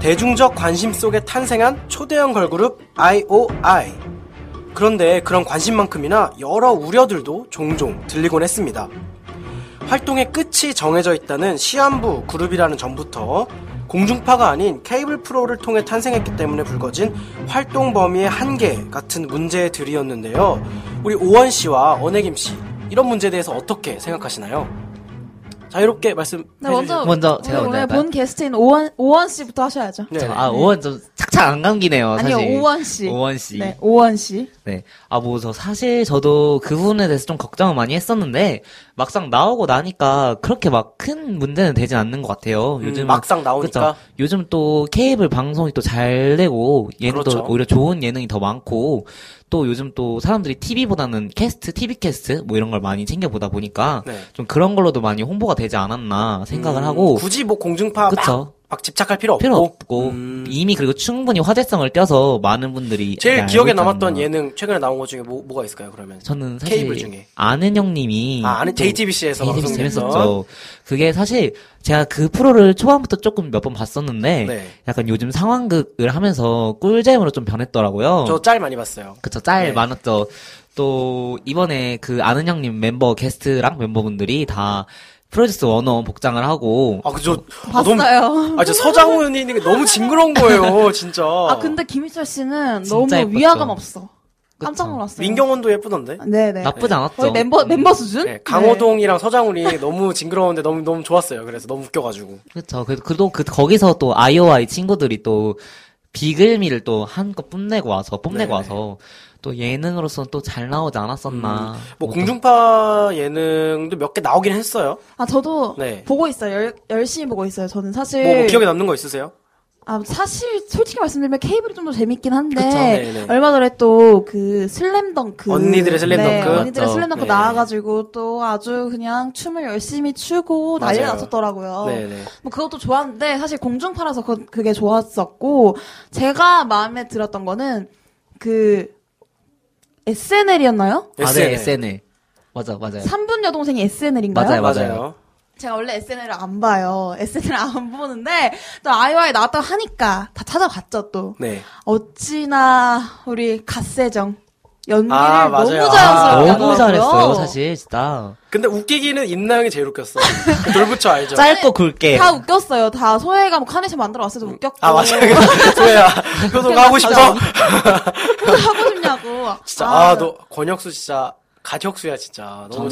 A: 대중적 관심 속에 탄생한 초대형 걸그룹 IOI. 그런데 그런 관심만큼이나 여러 우려들도 종종 들리곤 했습니다. 활동의 끝이 정해져 있다는 시한부 그룹이라는 점부터 공중파가 아닌 케이블 프로를 통해 탄생했기 때문에 불거진 활동 범위의 한계 같은 문제들이었는데요. 우리 오원 씨와 언혜김 씨 이런 문제에 대해서 어떻게 생각하시나요? 자유롭게 말씀해
D: 네, 먼저,
A: 주세요.
B: 먼저 제가
D: 오늘,
B: 먼저
D: 오늘
B: 할까요?
D: 본 게스트인 오원, 오원 씨부터 하셔야죠.
A: 네.
B: 아, 오원 좀 착착 안 감기네요, 사실.
D: 아니요, 오원 씨.
B: 오원 씨.
D: 네, 오원 씨.
B: 네. 아, 뭐, 저 사실 저도 그 부분에 대해서 좀 걱정을 많이 했었는데, 막상 나오고 나니까 그렇게 막 큰 문제는 되진 않는 것 같아요.
A: 음,
B: 요즘
A: 막상 나오니까.
B: 그쵸? 요즘 또 케이블 방송이 또 잘 되고, 예능도
A: 그렇죠.
B: 오히려 좋은 예능이 더 많고, 또 요즘 또 사람들이 TV보다는 캐스트, TV 캐스트, 뭐 이런 걸 많이 챙겨보다 보니까,
A: 네.
B: 좀 그런 걸로도 많이 홍보가 되지 않았나 생각을
A: 음,
B: 하고,
A: 굳이 뭐 공중파 막
B: 그쵸.
A: 막 집착할 필요 없고.
B: 필요 없고
A: 음.
B: 이미 그리고 충분히 화제성을 떼어서 많은 분들이
A: 제일
B: 알고
A: 기억에
B: 있잖아요.
A: 남았던 예능 최근에 나온 것 중에 뭐, 뭐가 있을까요? 그러면
B: 저는 사실
A: 케이블 중에.
B: 아는 형님이
A: 아, 아는
B: 또
A: JTBC에서
B: JTBC
A: 방송됐던.
B: 재밌었죠. 그게 사실 제가 그 프로를 초반부터 조금 몇 번 봤었는데
A: 네.
B: 약간 요즘 상황극을 하면서 꿀잼으로 좀 변했더라고요.
A: 저 짤 많이 봤어요.
B: 그쵸 짤
A: 네.
B: 많았죠. 또 이번에 그 아는 형님 멤버 게스트랑 멤버분들이 다 프로듀스 원어원 복장을 하고
A: 아, 그저
D: 봤어요.
A: 아, 저 서장훈이 너무 징그러운 거예요, 진짜.
D: 아 근데 김희철 씨는
B: 진짜
D: 너무
B: 예뻤죠.
D: 위화감 없어. 깜짝 놀랐어요.
A: 민경원도 예쁘던데.
D: 네네.
B: 나쁘지 않았죠.
D: 거의 멤버 멤버 수준?
A: 네, 강호동이랑 서장훈이 너무 징그러운데 너무 너무 좋았어요. 그래서 너무 웃겨가지고.
B: 그렇죠. 그래도 그래도 그 거기서 또 아이오아이 친구들이 또 비글미를 또 한껏 뽐내고 와서 뽐내고
A: 네네.
B: 와서 또 예능으로서는 또 잘 나오지 않았었나.
A: 뭐 공중파 예능도 몇 개 나오긴 했어요.
D: 아 저도
A: 네.
D: 보고 있어요. 열, 열심히 보고 있어요. 저는 사실
A: 뭐, 뭐 기억에 남는 거 있으세요?
D: 아 사실 솔직히 말씀드리면 케이블이 좀 더 재밌긴 한데
A: 그쵸, 네네.
D: 얼마 전에 또 그 슬램덩크
A: 언니들의 슬램덩크.
D: 네, 언니들의
B: 맞죠.
D: 슬램덩크
A: 네.
D: 나와가지고 또 아주 그냥 춤을 열심히 추고 난리
A: 맞아요.
D: 났었더라고요.
A: 네네.
D: 뭐 그것도 좋았는데 사실 공중파라서 그, 그게 좋았었고 제가 마음에 들었던 거는 그 SNL이었나요?
B: 아, 네, SNL. 맞아, 맞아요.
D: 3분 여동생이 SNL인가요?
B: 네, 맞아요.
A: 네. 맞아요.
D: 제가 원래 SNL을 안 봐요. SNL 안 보는데 또 아이와이 나왔다고 하니까 다 찾아봤죠 또.
A: 네.
D: 어찌나 우리 갓세정 연기를
A: 아,
D: 너무
A: 맞아요.
D: 자연스럽게
A: 아,
B: 너무
D: 하더라고요.
B: 잘했어요, 사실 진짜.
A: 근데 웃기기는 임나영이 제일 웃겼어. 그 돌부처 알죠?
B: 짧고 굵게.
D: 그렇죠. 다 웃겼어요. 다 소혜가 뭐 카네이션 만들어 왔어도 웃겼고.
A: 아 맞아요.
D: 어.
A: 소혜야 효동 하고 싶어?
D: 하고 싶냐고.
A: 진짜 아너 권혁수 진짜 가혁수야 진짜 너무
B: 정말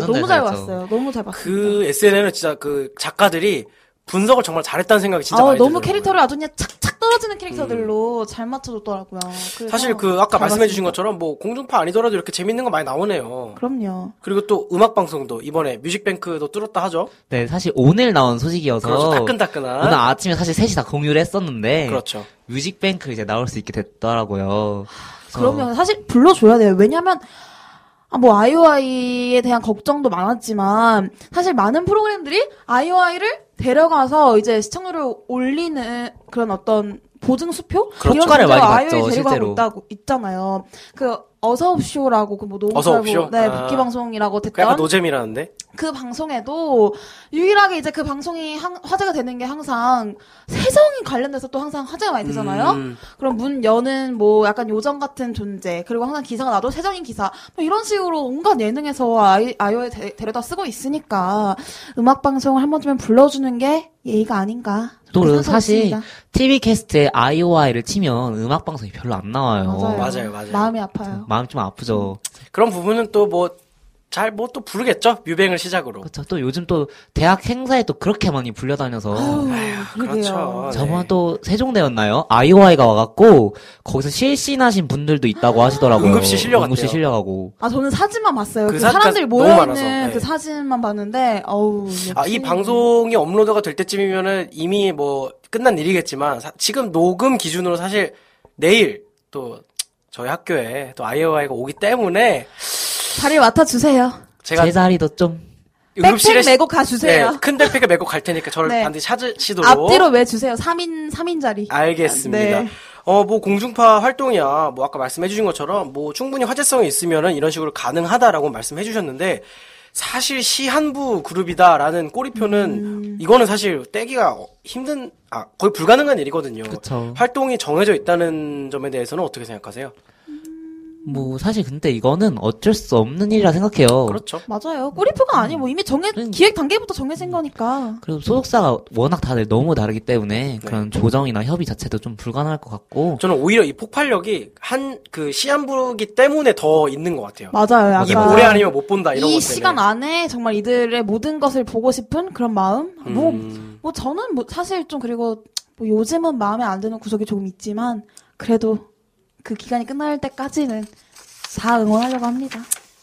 A: 잘하고
D: 너무 잘
B: 잘했죠.
D: 봤어요. 너무 잘 봤어요.
A: 그 SNL은 진짜 그 작가들이 분석을 정말 잘했다는 생각이 진짜
D: 아우,
A: 많이 들어요.
D: 너무
A: 음.
D: 캐릭터를 아주 그냥 착착 떨어지는 캐릭터들로 잘 맞춰줬더라고요. 그래서
A: 사실 그 아까
D: 잘
A: 말씀해주신
D: 봤습니다.
A: 것처럼 뭐 공중파 아니더라도 이렇게 재밌는 거 많이 나오네요.
D: 그럼요.
A: 그리고 또 음악 방송도 이번에 뮤직뱅크도 뚫었다 하죠.
B: 네, 사실 오늘 나온 소식이어서.
A: 그렇죠.
B: 오늘
A: 따끈따끈한.
B: 아침에 사실 셋이 다 공유를 했었는데.
A: 그렇죠.
B: 뮤직뱅크 이제 나올 수 있게 됐더라고요. 그래서
D: 그러면 사실 불러줘야 돼요. 왜냐면 아, 뭐 아이오아이에 대한 걱정도 많았지만 사실 많은 프로그램들이 아이오아이를 데려가서 이제 시청률을 올리는 그런 어떤 보증 수표
B: 그렇죠.
D: 이런
B: 효과를 많이
D: 것들을
B: 봤죠,
D: 아이오아이 데려가고
B: 실제로.
D: 있다고 있잖아요. 그 어서옵쇼라고 그뭐 노무
A: 어서옵쇼?
D: 네
A: 아.
D: 복귀 방송이라고
A: 그 약간
D: 됐던
A: 노잼이라는데.
D: 그 방송에도 유일하게 이제 그 방송이 항- 화제가 되는 게 항상 세정이 관련돼서 또 항상 화제가 많이 되잖아요.
A: 음.
D: 그럼 문 여는 뭐 약간 요정 같은 존재 그리고 항상 기사가 나도 세정인 기사 뭐 이런 식으로 온갖 예능에서 아이, 아이오에 데, 데려다 쓰고 있으니까 음악 방송을 한 번쯤은 불러주는 게 예의가 아닌가.
B: 또 그리고
D: 그런 생각이
B: 사실
D: 듭니다.
B: TV 캐스트에 IOI를 치면 음악 방송이 별로 안 나와요.
A: 맞아요, 맞아요.
D: 마음이 아파요.
B: 마음 좀 아프죠.
A: 그런 부분은 또 뭐 잘 뭐 또 부르겠죠. 뮤뱅을 시작으로.
B: 그렇죠. 또 요즘 또 대학 행사에 또 그렇게 많이 불려다녀서
D: 아유,
A: 그렇죠.
B: 저번
A: 네.
B: 또 세종대였나요? IOI가 와갖고 거기서 실신하신 분들도 있다고 하시더라고요.
A: 응급실 실려갔대요.
B: 응급실 실려가고.
D: 아 저는 사진만 봤어요.
A: 그
D: 그
A: 사진가
D: 사람들
A: 너무
D: 모여
A: 많아서,
D: 있는
A: 네.
D: 그 사진만 봤는데 어우.
A: 아, 이
D: 역시.
A: 방송이 업로드가 될 때쯤이면은 이미 뭐 끝난 일이겠지만 사- 지금 녹음 기준으로 사실 내일 또 저희 학교에 또 아이오아이가 오기 때문에
D: 자리를 맡아 주세요.
A: 제가
B: 제 자리도 좀
D: 백팩
A: 응급실에 시-
D: 메고 가 주세요.
A: 네, 그 큰 백팩을 메고 갈 테니까 저를
D: 네.
A: 반드시 찾으시도록
D: 앞뒤로 왜 주세요? 3인 3인 자리.
A: 알겠습니다.
D: 네.
A: 어, 뭐, 공중파 활동이야. 뭐, 아까 말씀해주신 것처럼, 뭐, 충분히 화제성이 있으면은 이런 식으로 가능하다라고 말씀해주셨는데, 사실 시한부 그룹이다라는 꼬리표는,
D: 음.
A: 이거는 사실 떼기가 어- 힘든, 아, 거의 불가능한 일이거든요.
B: 그쵸.
A: 활동이 정해져 있다는 점에 대해서는 어떻게 생각하세요?
B: 뭐 사실 근데 이거는 어쩔 수 없는 일이라 생각해요.
D: 어.
A: 그렇죠.
D: 맞아요. 꼬리표가 아니고 이미 정해
B: 그러니까.
D: 기획 단계부터 정해진 거니까.
B: 그리고 소속사가 워낙 다들 너무 다르기
A: 네.
B: 때문에 그런 조정이나 협의 자체도 좀 불가능할 것 같고
A: 저는 오히려 이 폭발력이 한, 그, 시한부기 때문에 더 있는 것 같아요.
D: 맞아요.
A: 뭐 이게
D: 약간
A: 올해 아니면 못 본다, 이런
D: 이
A: 것
D: 시간 안에 정말 이들의 모든 것을 보고 싶은 그런 마음. 뭐, 뭐 저는 뭐 사실 좀 그리고 뭐 요즘은 마음에 안 드는 구석이 조금 있지만 그래도 그 기간이 끝날 때까지는 다 응원하려고 합니다.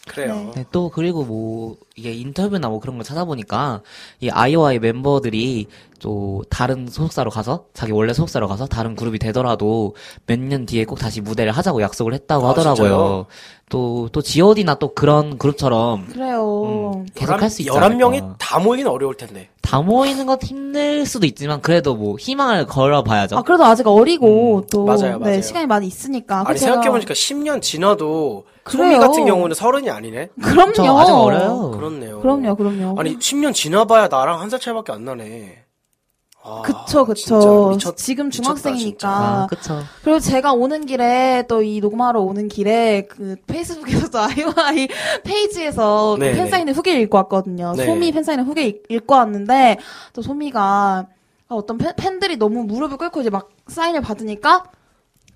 A: 그래요.
D: 네.
B: 네, 또 그리고 뭐 이게 인터뷰나 뭐 그런 걸 찾아보니까 이 아이오아이 멤버들이 또 다른 소속사로 가서 자기 원래 소속사로 가서 다른 그룹이 되더라도 몇 년 뒤에 꼭 다시 무대를 하자고 약속을 했다고
A: 아,
B: 하더라고요.
A: 진짜요?
B: 또, 또 GOD나 또 그런 그룹처럼
D: 그래요.
B: 음, 계속 할 수 있지
A: 11명이
B: 않을까.
A: 다 모이긴 어려울 텐데.
B: 다 모이는 건 힘들 수도 있지만 그래도 뭐 희망을 걸어봐야죠.
D: 아 그래도 아직 어리고 또
A: 음. 맞아요, 맞아요.
D: 네, 시간이 많이 있으니까.
A: 아니
D: 그래서
A: 생각해보니까 10년 지나도 소미
D: 그래요.
A: 같은 경우는 서른이 아니네.
D: 그럼요.
B: 저 아직 어려요.
A: 그렇네요.
D: 그럼요, 그럼요.
A: 아니 10년 지나봐야 나랑 한 살 차이밖에 안 나네. 아,
D: 그쵸,
A: 진짜
D: 그쵸.
A: 미쳤-
D: 지금
A: 미쳤다, 진짜.
D: 중학생이니까.
B: 아, 그쵸.
D: 그리고 제가 오는 길에 또 이 녹음하러 오는 길에 그 페이스북에서 아이와이 페이지에서
A: 네,
D: 그 팬사인회 후기를 읽고 왔거든요.
A: 네.
D: 소미 팬사인회 후기 를 읽고 왔는데 또 소미가 어떤 팬, 팬들이 너무 무릎을 꿇고 이제 막 사인을 받으니까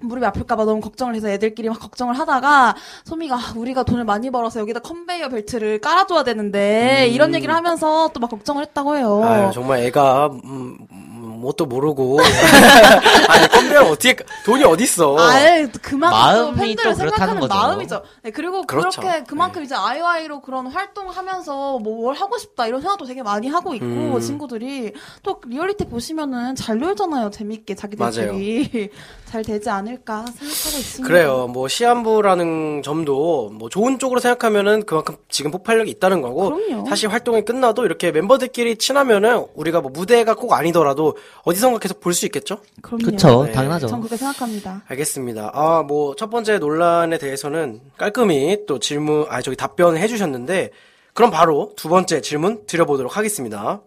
D: 무릎이 아플까봐 너무 걱정을 해서 애들끼리 막 걱정을 하다가 소미가 아, 우리가 돈을 많이 벌어서 여기다 컨베이어 벨트를 깔아줘야 되는데 이런 얘기를 하면서 또 막 걱정을 했다고 해요.
A: 음. 아유, 정말 애가 음, 음, 뭣도 모르고 아니 컴퓨터 어떻게 돈이 어딨어?
D: 아예 그만큼
B: 마음이
D: 또 팬들을
B: 또 그렇다는
D: 생각하는
B: 거죠.
D: 마음이죠. 네, 그리고 그렇
A: 그렇죠.
D: 게 그만큼 이제 아이와이로 그런 활동하면서 뭐 뭘 하고 싶다 이런 생각도 되게 많이 하고 있고
A: 음.
D: 친구들이 또 리얼리티 보시면은 잘 놀잖아요. 재밌게 자기들끼리 잘 되지 않을까 생각하고 있습니다.
A: 그래요. 뭐 시한부라는 점도 뭐 좋은 쪽으로 생각하면은 그만큼 지금 폭발력이 있다는 거고
D: 그럼요.
A: 사실 활동이 끝나도 이렇게 멤버들끼리 친하면은 우리가 뭐 무대가 꼭 아니더라도 어디선가 계속 볼 수 있겠죠?
D: 그럼요.
B: 그쵸.
A: 네.
B: 당연하죠.
D: 전 그렇게 생각합니다.
A: 알겠습니다. 아, 뭐, 첫 번째 논란에 대해서는 깔끔히 또 질문, 아, 저기 답변을 해주셨는데, 그럼 바로 두 번째 질문 드려보도록 하겠습니다.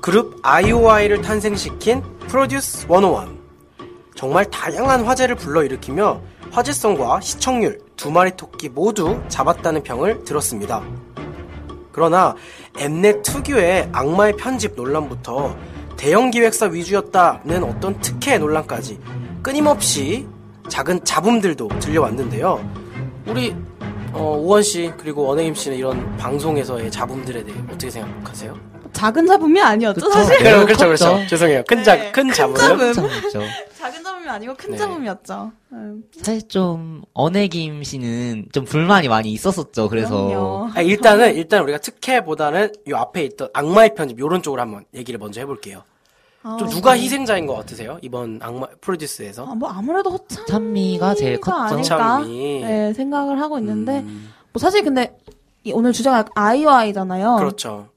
A: 그룹 IOI를 탄생시킨 프로듀스 101. 정말 다양한 화제를 불러일으키며 화제성과 시청률 두 마리 토끼 모두 잡았다는 평을 들었습니다. 그러나 엠넷 특유의 악마의 편집 논란부터 대형 기획사 위주였다는 어떤 특혜 논란까지 끊임없이 작은 잡음들도 들려왔는데요. 우리 어, 우원 씨 그리고 원혜임 씨는 이런 방송에서의 잡음들에 대해 어떻게 생각하세요?
D: 작은 잡음이 아니었죠
B: 그쵸.
D: 사실.
B: 네,
A: 그렇죠,
B: 컸죠.
A: 그렇죠. 죄송해요. 큰 작,
D: 네,
A: 큰 잡음.
D: 잡음.
B: 그쵸.
D: 작은 잡음이 아니고 큰
A: 네.
D: 잡음이었죠. 음,
B: 사실 좀, 언혜김 씨는 좀 불만이 많이 있었었죠. 그래서.
D: 그럼요.
A: 아, 일단은 일단 우리가 특혜보다는 요 앞에 있던 악마의 편집 요런 쪽으로 한번 얘기를 먼저 해볼게요. 좀
D: 아,
A: 누가
D: 네.
A: 희생자인 것 같으세요? 이번 악마 프로듀스에서?
D: 아, 뭐 아무래도 허참.
B: 찬미가 제일 컸죠.
D: 아닐까
A: 허참이. 음.
D: 네, 생각을 하고 있는데 뭐 사실 근데 이 오늘 주제가 아이와이잖아요.
A: 그렇죠.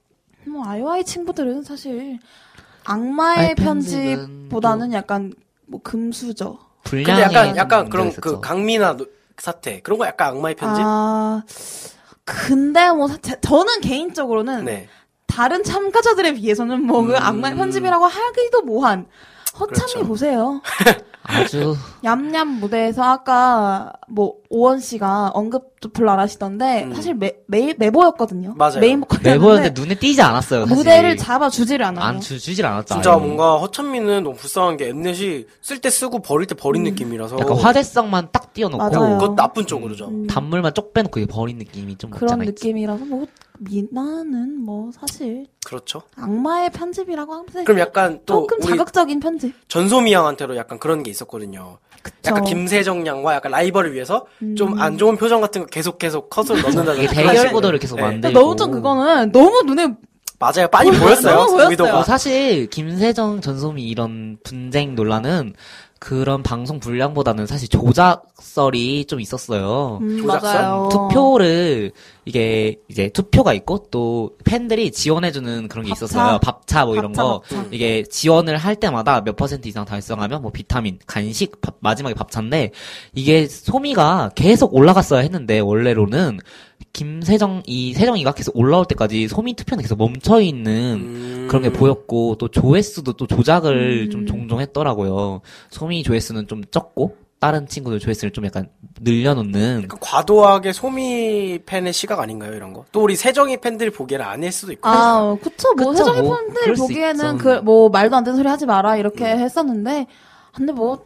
D: 뭐 아이와이 친구들은 사실 악마의
B: 아이 편집은
D: 편집보다는 약간 뭐 금수저.
A: 근데
B: 분량에 네,
A: 약간
B: 좀
A: 약간
B: 문제가
A: 그런
B: 있었죠.
A: 그 강민아 노- 사태 그런 거 약간 악마의 편집.
D: 아 근데 뭐 사- 제- 저는 개인적으로는
A: 네.
D: 다른 참가자들에 비해서는 뭐 그
A: 음.
D: 악마의 편집이라고 하기도 뭐한 허참히
A: 그렇죠.
D: 보세요.
B: 아주
D: 얌얌 무대에서 아까 뭐 오원 씨가 언급 도 별로 안 하시던데
A: 음.
D: 사실 매, 매 매보였거든요.
A: 맞아요.
D: 메인 보컬이었는데
B: 매보였는데 눈에 띄지 않았어요. 사실.
D: 무대를 잡아주지를 않아요.
B: 안 주, 주질 않았죠.
A: 진짜
B: 아예.
A: 뭔가 허천미는 너무 불쌍한 게 엠넷이 쓸 때 쓰고 버릴 때 버린 느낌이라서
B: 약간 화제성만 딱 띄워놓고
D: 맞아요.
A: 어. 그것 나쁜 쪽으로죠.
D: 음,
B: 단물만 쪽 빼놓고 이게 버린 느낌이 좀
D: 그런
B: 없잖아요.
D: 느낌이라서 뭐 미나는 뭐 사실
A: 그렇죠.
D: 악마의 편집이라고 하는데
A: 그럼 약간 또
D: 조금
A: 우리
D: 자극적인 편집.
A: 전소미 양한테도 약간 그런 게 있었거든요. 약간 김세정 양과 약간 라이벌을 위해서
D: 음.
A: 좀
B: 음.
A: 안 좋은 표정 같은 거 계속 계속 컷을 넣는다든지
B: 이게
A: 그런
B: 대결
A: 식으로.
B: 구도를 계속
A: 네.
B: 만들고.
D: 너무 좀 그거는 너무 눈에
A: 뭐 맞아요. 빤히 보였어요.
D: 너무 보였어요.
A: 의도가.
B: 어, 사실 김세정 전소미 이런 분쟁 논란은 그런 방송 분량보다는 사실 조작설이 좀 있었어요.
D: 음,
A: 조작설?
D: 맞아요.
B: 투표를 이게 이제 투표가 있고 또 팬들이 지원해주는 그런 게
D: 밥차?
B: 있었어요. 밥차 뭐 이런
D: 밥차,
B: 거
D: 밥차.
B: 이게 지원을 할 때마다 몇 퍼센트 이상 달성하면 뭐 비타민, 간식, 밥- 마지막에 밥차인데 이게 소미가 계속 올라갔어야 했는데 원래로는 김세정 이 세정이가 계속 올라올 때까지 소미 투표는 계속 멈춰 있는
A: 음.
B: 그런 게 보였고 또 조회수도 또 조작을
D: 음.
B: 좀 종종 했더라고요. 소미 조회수는 좀 적고 다른 친구들 조회수를 좀 약간 늘려놓는
A: 약간 과도하게 소미 팬의 시각 아닌가요, 이런 거? 또 우리 세정이 팬들이 보기에는 아닐 수도 있고.
D: 아, 그쵸, 뭐,
B: 그쵸,
D: 세정이
B: 뭐,
D: 팬들이
B: 그럴 수
D: 보기에는,
B: 있죠. 음.
D: 그, 뭐, 말도 안 되는 소리 하지 마라, 이렇게 했었는데, 근데 뭐,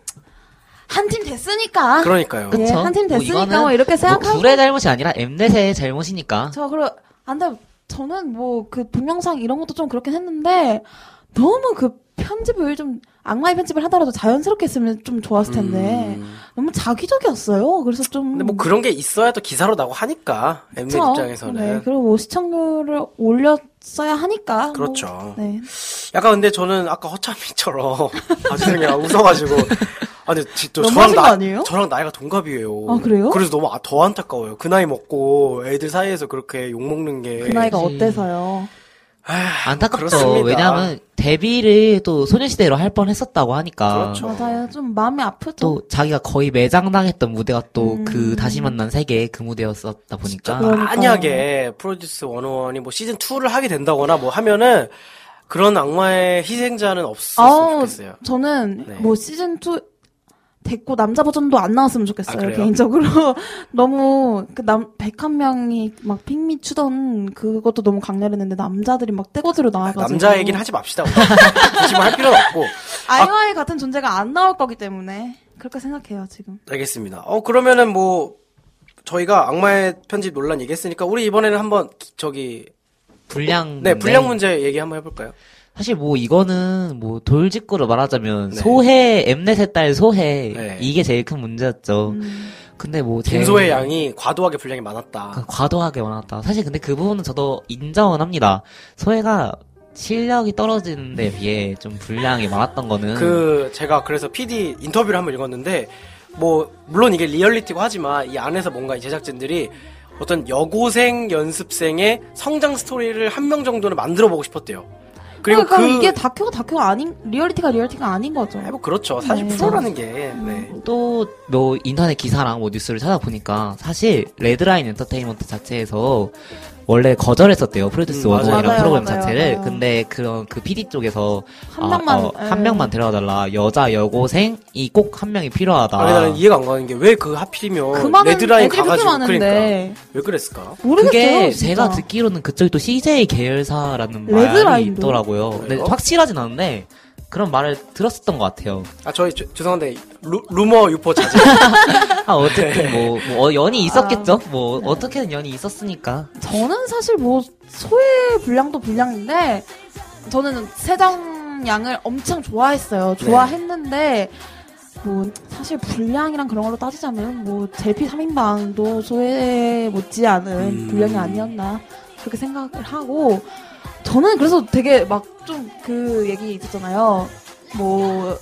D: 한 팀 됐으니까.
A: 그러니까요.
D: 예,
B: 그쵸?
D: 한팀
B: 뭐
D: 됐으니까
B: 이거는
D: 뭐 이렇게 생각하고-
B: 둘의 잘못이 아니라 엠넷의
A: 아.
B: 잘못이니까
D: 저, 그리고, 안 돼, 저는 뭐, 그, 동영상 이런 것도 좀 그렇긴 했는데, 너무 그, 편집을 좀, 악마의 편집을 하더라도 자연스럽게 했으면 좀 좋았을 텐데,
A: 음.
D: 너무 자기적이었어요. 그래서 좀.
A: 근데 뭐 그런 게 있어야 또 기사로 나고 하니까 엠넷
D: 그쵸? 네,
A: 입장에서는
D: 그리고 뭐 시청률을 올렸어야 하니까. 뭐,
A: 그렇죠.
D: 네.
A: 약간 근데 저는 아까 허참이처럼 아 죄송해요 웃어가지고 아니 지- 또
D: 너무
A: 저랑
D: 하신
A: 나
D: 거 아니에요?
A: 저랑 나이가 동갑이에요.
D: 아, 그래요?
A: 그래서 너무 아- 더 안타까워요. 그 나이 먹고 애들 사이에서 그렇게 욕 먹는 게
D: 그 나이가
B: 그치.
D: 어때서요?
A: 아휴,
B: 안타깝죠.
A: 그렇습니다.
B: 왜냐하면 데뷔를 또 소녀시대로 할 뻔했었다고 하니까
A: 그렇죠.
D: 맞아요. 좀 마음이 아프죠.
B: 또 자기가 거의 매장당했던 무대가 또
D: 음.
B: 그 다시 만난 세계의 그 무대였었다 보니까
D: 그럼- 그러니까요.
A: 만약에 프로듀스 101이 뭐 시즌 2를 하게 된다거나 뭐 하면은 그런 악마의 희생자는 없었으면
D: 아우,
A: 좋겠어요.
D: 저는
A: 네.
D: 뭐 시즌 2 됐고 남자 버전도 안
A: 아,
D: 나왔으면 좋겠어요.
A: 그래요?
D: 개인적으로 너무 그남 101명이 막 핑미 추던 그것도 너무 강렬했는데 남자들이 막 떼거지로 나와가지고
A: 아, 남자 얘기는 하지 맙시다. 우리. 굳이 뭐할 필요는 없고.
D: 아이와이 같은 존재가 안 나올 거기 때문에 그렇게 생각해요 지금.
A: 알겠습니다. 어 그러면은 뭐 저희가 악마의 편집 논란 얘기했으니까 우리 이번에는 한번 기- 저기
B: 불량
A: 네
B: 문제.
A: 불량 문제 얘기 한번 해볼까요?
B: 사실 뭐 이거는 뭐 돌직구로 말하자면
A: 네.
B: 소해 엠넷의 딸 소해
A: 네.
B: 이게 제일 큰 문제였죠.
D: 음.
B: 근데 뭐 제-
A: 김소의 양이 과도하게 분량이 많았다.
B: 그러니까 과도하게 많았다. 사실 근데 그 부분은 저도 인정은 합니다. 소해가 실력이 떨어지는 데 비해 좀 분량이 많았던 거는
A: 그 제가 그래서 PD 인터뷰를 한번 읽었는데 뭐 물론 이게 리얼리티고 하지만 이 안에서 뭔가 이 제작진들이 어떤 여고생 연습생의 성장 스토리를 한 명 정도는 만들어 보고 싶었대요. 그리고
D: 그러니까
A: 그
D: 이게 다큐가 다큐가 아닌 리얼리티가 리얼리티가 아닌 거죠.
A: 네, 뭐 그렇죠. 사실
D: 네.
A: 프로라는 게 네.
B: 또 뭐 인터넷 기사랑 뭐 뉴스를 찾아보니까 사실 레드라인 엔터테인먼트 자체에서 원래 거절했었대요 프로듀스
A: 음,
B: 원원이라
D: 맞아요,
B: 프로그램
D: 맞아요,
B: 자체를
D: 맞아요.
B: 근데 그런 그 PD 쪽에서 아, 어,
D: 한 명만, 예.
B: 한 명만 데려와달라 여자 여고생이 꼭 한 명이 필요하다
A: 아니 나는 이해가 안 가는 게 왜 그 하필이면
D: 그 많은
A: 레드라인
D: 애들이 그렇게
A: 가가지고 그러니까
D: 많은데
A: 왜 그랬을까?
D: 모르겠어요.
B: 그게
D: 진짜.
B: 제가 듣기로는 그쪽이 또 CJ 계열사라는 말이
D: 레드라인도?
B: 있더라고요 근데
A: 그래요?
B: 확실하진 않은데 그런 말을 들었었던 것 같아요
A: 아 저희 죄- 죄송한데 루, 루머 유포 자제.
B: 아 어쨌든 뭐, 뭐 연이
D: 아.
B: 있었겠죠 뭐 어떻게든 연이 있었으니까
D: 저는 사실 뭐 소의 분량도 분량인데 저는 세정 양을 엄청
B: 네.
D: 좋아했어요. 좋아했는데 뭐 사실 분량이랑 그런 걸로 따지자면 뭐 제피 3인방도 소에 못지 않은
A: 음.
D: 분량이 아니었나 그렇게 생각을 하고 저는 그래서 되게 막 좀 그 얘기 있었잖아요. 뭐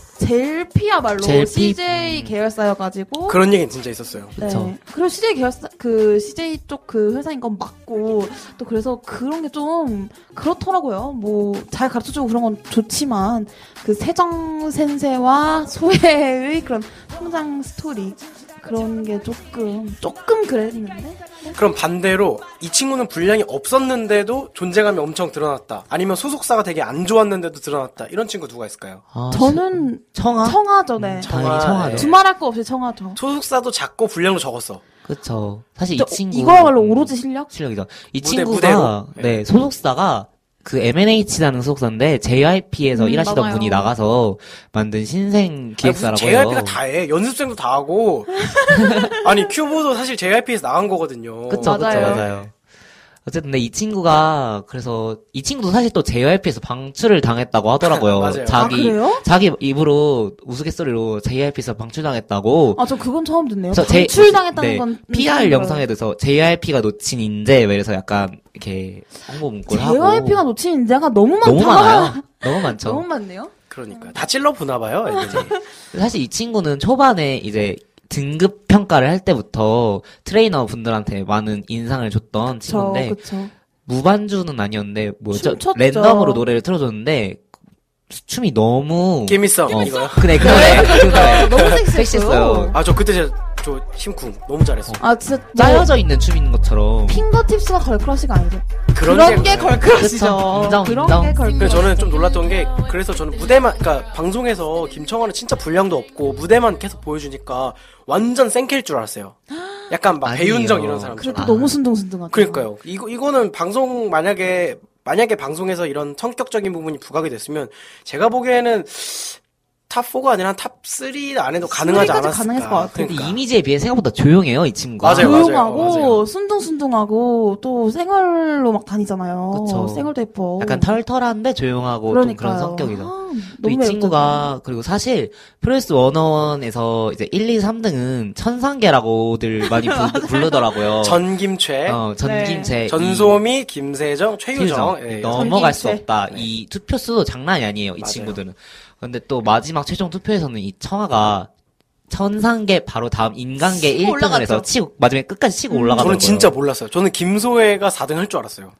D: 젤피야말로
B: 젤피?
D: CJ
B: 음.
D: 계열사여가지고
A: 그런 얘기는 진짜 있었어요.
B: 그쵸.
D: 네. 그리고 CJ 계열사 그 CJ 쪽 그 회사인 건 맞고 또 그래서 그런 게 좀 그렇더라고요. 뭐 잘 가르쳐주고 그런 건 좋지만 그 세정 센세와 소혜의 그런 성장 스토리 그런 게 조금 조금 그랬는데
A: 그럼 반대로 이 친구는 분량이 없었는데도 존재감이 엄청 드러났다. 아니면 소속사가 되게 안 좋았는데도 드러났다. 이런 친구 누가 있을까요?
B: 아,
D: 저는
B: 청아 음.
D: 청아죠, 네.
B: 당연히
A: 청아예요.
B: 청아죠.
D: 두말할 거 없이 청아죠.
A: 소속사도 작고 분량도 적었어.
B: 그쵸. 사실
D: 저-
B: 이 친구
D: 이거야말로
B: 음,
D: 오로지 실력.
B: 실력이죠. 이
A: 무대,
B: 친구가
A: 무대로. 예.
B: 네 소속사가 그 M&H라는 소속사인데 JYP에서
D: 음,
B: 일하시던
D: 맞아요.
B: 분이 나가서 만든 신생
A: 아니, 무슨
B: 기획사라고
A: JYP가
B: 해요.
A: 다 해. 연습생도 다 하고. 아니 큐보도 사실 JYP에서 나간 거거든요.
B: 그쵸, 그쵸,
D: 맞아요.
B: 맞아요. 어쨌든 근데 이 친구가 그래서 이 친구도 사실 또 JYP에서 방출을 당했다고 하더라고요.
A: 맞아요.
D: 아
B: 자기
D: 그래요?
B: 자기 입으로 우스갯소리로 JYP에서 방출당했다고
D: 아 저 그건 처음 듣네요.
B: 저 제-
D: 출당했다는
B: 네,
D: 건
B: PR 영상에 대해서 JYP가 놓친 인재 뭐 이래서 약간 이렇게 홍보 문구를 하고
D: JYP가 놓친 인재가 너무 많다.
B: 너무 많아요. 너무 많죠.
D: 너무 많네요.
A: 그러니까 다 찔러 보나 봐요. 애들이.
B: 사실 이 친구는 초반에 이제 등급 평가를 할 때부터 트레이너 분들한테 많은 인상을 줬던
D: 저
B: 친구인데
D: 그쵸.
B: 무반주는 아니었는데 뭐죠?
D: 춤췄죠.
B: 랜덤으로 노래를 틀어줬는데 춤이 너무
A: 게임이썸
B: 어,
A: 이거요.
B: 그래 그 노래 그 노래
D: 너무 섹시했어요.
B: 섹시했어요.
A: 아 저 그때 제가 저 심쿵 너무 잘했어.
D: 아
A: 뭐
D: 진짜 짜여져
B: 짜여져 있는 춤인 것처럼
D: 핑거팁스가 걸크러쉬가 아니죠.
B: 어.
A: 그런,
D: 그런 게
A: 걸.
D: 걸크러쉬죠.
B: 그쵸. 그렇죠. 인정,
D: 그런
B: 인정.
D: 게 걸크러쉬.
A: 그래서 저는 좀 놀랐던 게 그래서 저는 무대만 그러니까 방송에서 김청원은 진짜 분량도 없고 무대만 계속 보여주니까 완전 생킬 줄 알았어요. 약간 막
B: 아니에요.
A: 배윤정 이런
D: 그래도
A: 사람처럼.
D: 너무 순둥순둥하죠.
A: 그러니까요. 이거 이거는 방송 만약에 만약에 방송에서 이런 성격적인 부분이 부각이 됐으면 제가 보기에는 탑 4가 아니라 탑 3 안에도 가능하지
D: 쓰리까지
A: 않았을까.
D: 가능했을 것 같아요.
B: 근데
A: 그러니까.
B: 이미지에 비해 생각보다 조용해요 이 친구가.
A: 맞아요, 맞아요.
D: 조용하고
A: 맞아요.
D: 순둥순둥하고 또 생얼로 막 다니잖아요.
B: 그쵸.
D: 생얼도 예뻐.
B: 약간 털털한데 조용하고 좀 그런
D: 그러니까요.
B: 성격이죠.
D: 아,
B: 또 이
D: 매력적이야.
B: 친구가 그리고 사실 프로듀스 101에서 이제 1, 2, 3등은 천상계라고들 많이 부- 부르더라고요.
A: 전김최,
B: 어, 전김재 이-
A: 네. 전소미, 김세정, 최유정.
B: 최유정.
A: 예,
B: 네,
A: 네.
B: 넘어갈 수
D: 전김재.
B: 없다. 이 투표수도 장난이 아니에요. 이
A: 맞아요.
B: 친구들은. 근데 또 마지막 최종 투표에서는 이 청아가 천상계 바로 다음 인간계
D: 치고
B: 1등을
D: 올라갔죠. 음.
B: 해서 치고 마지막에 끝까지 치고 올라가더라고요.
A: 저는 진짜 몰랐어요. 저는 김소혜가 4등 할 줄 알았어요.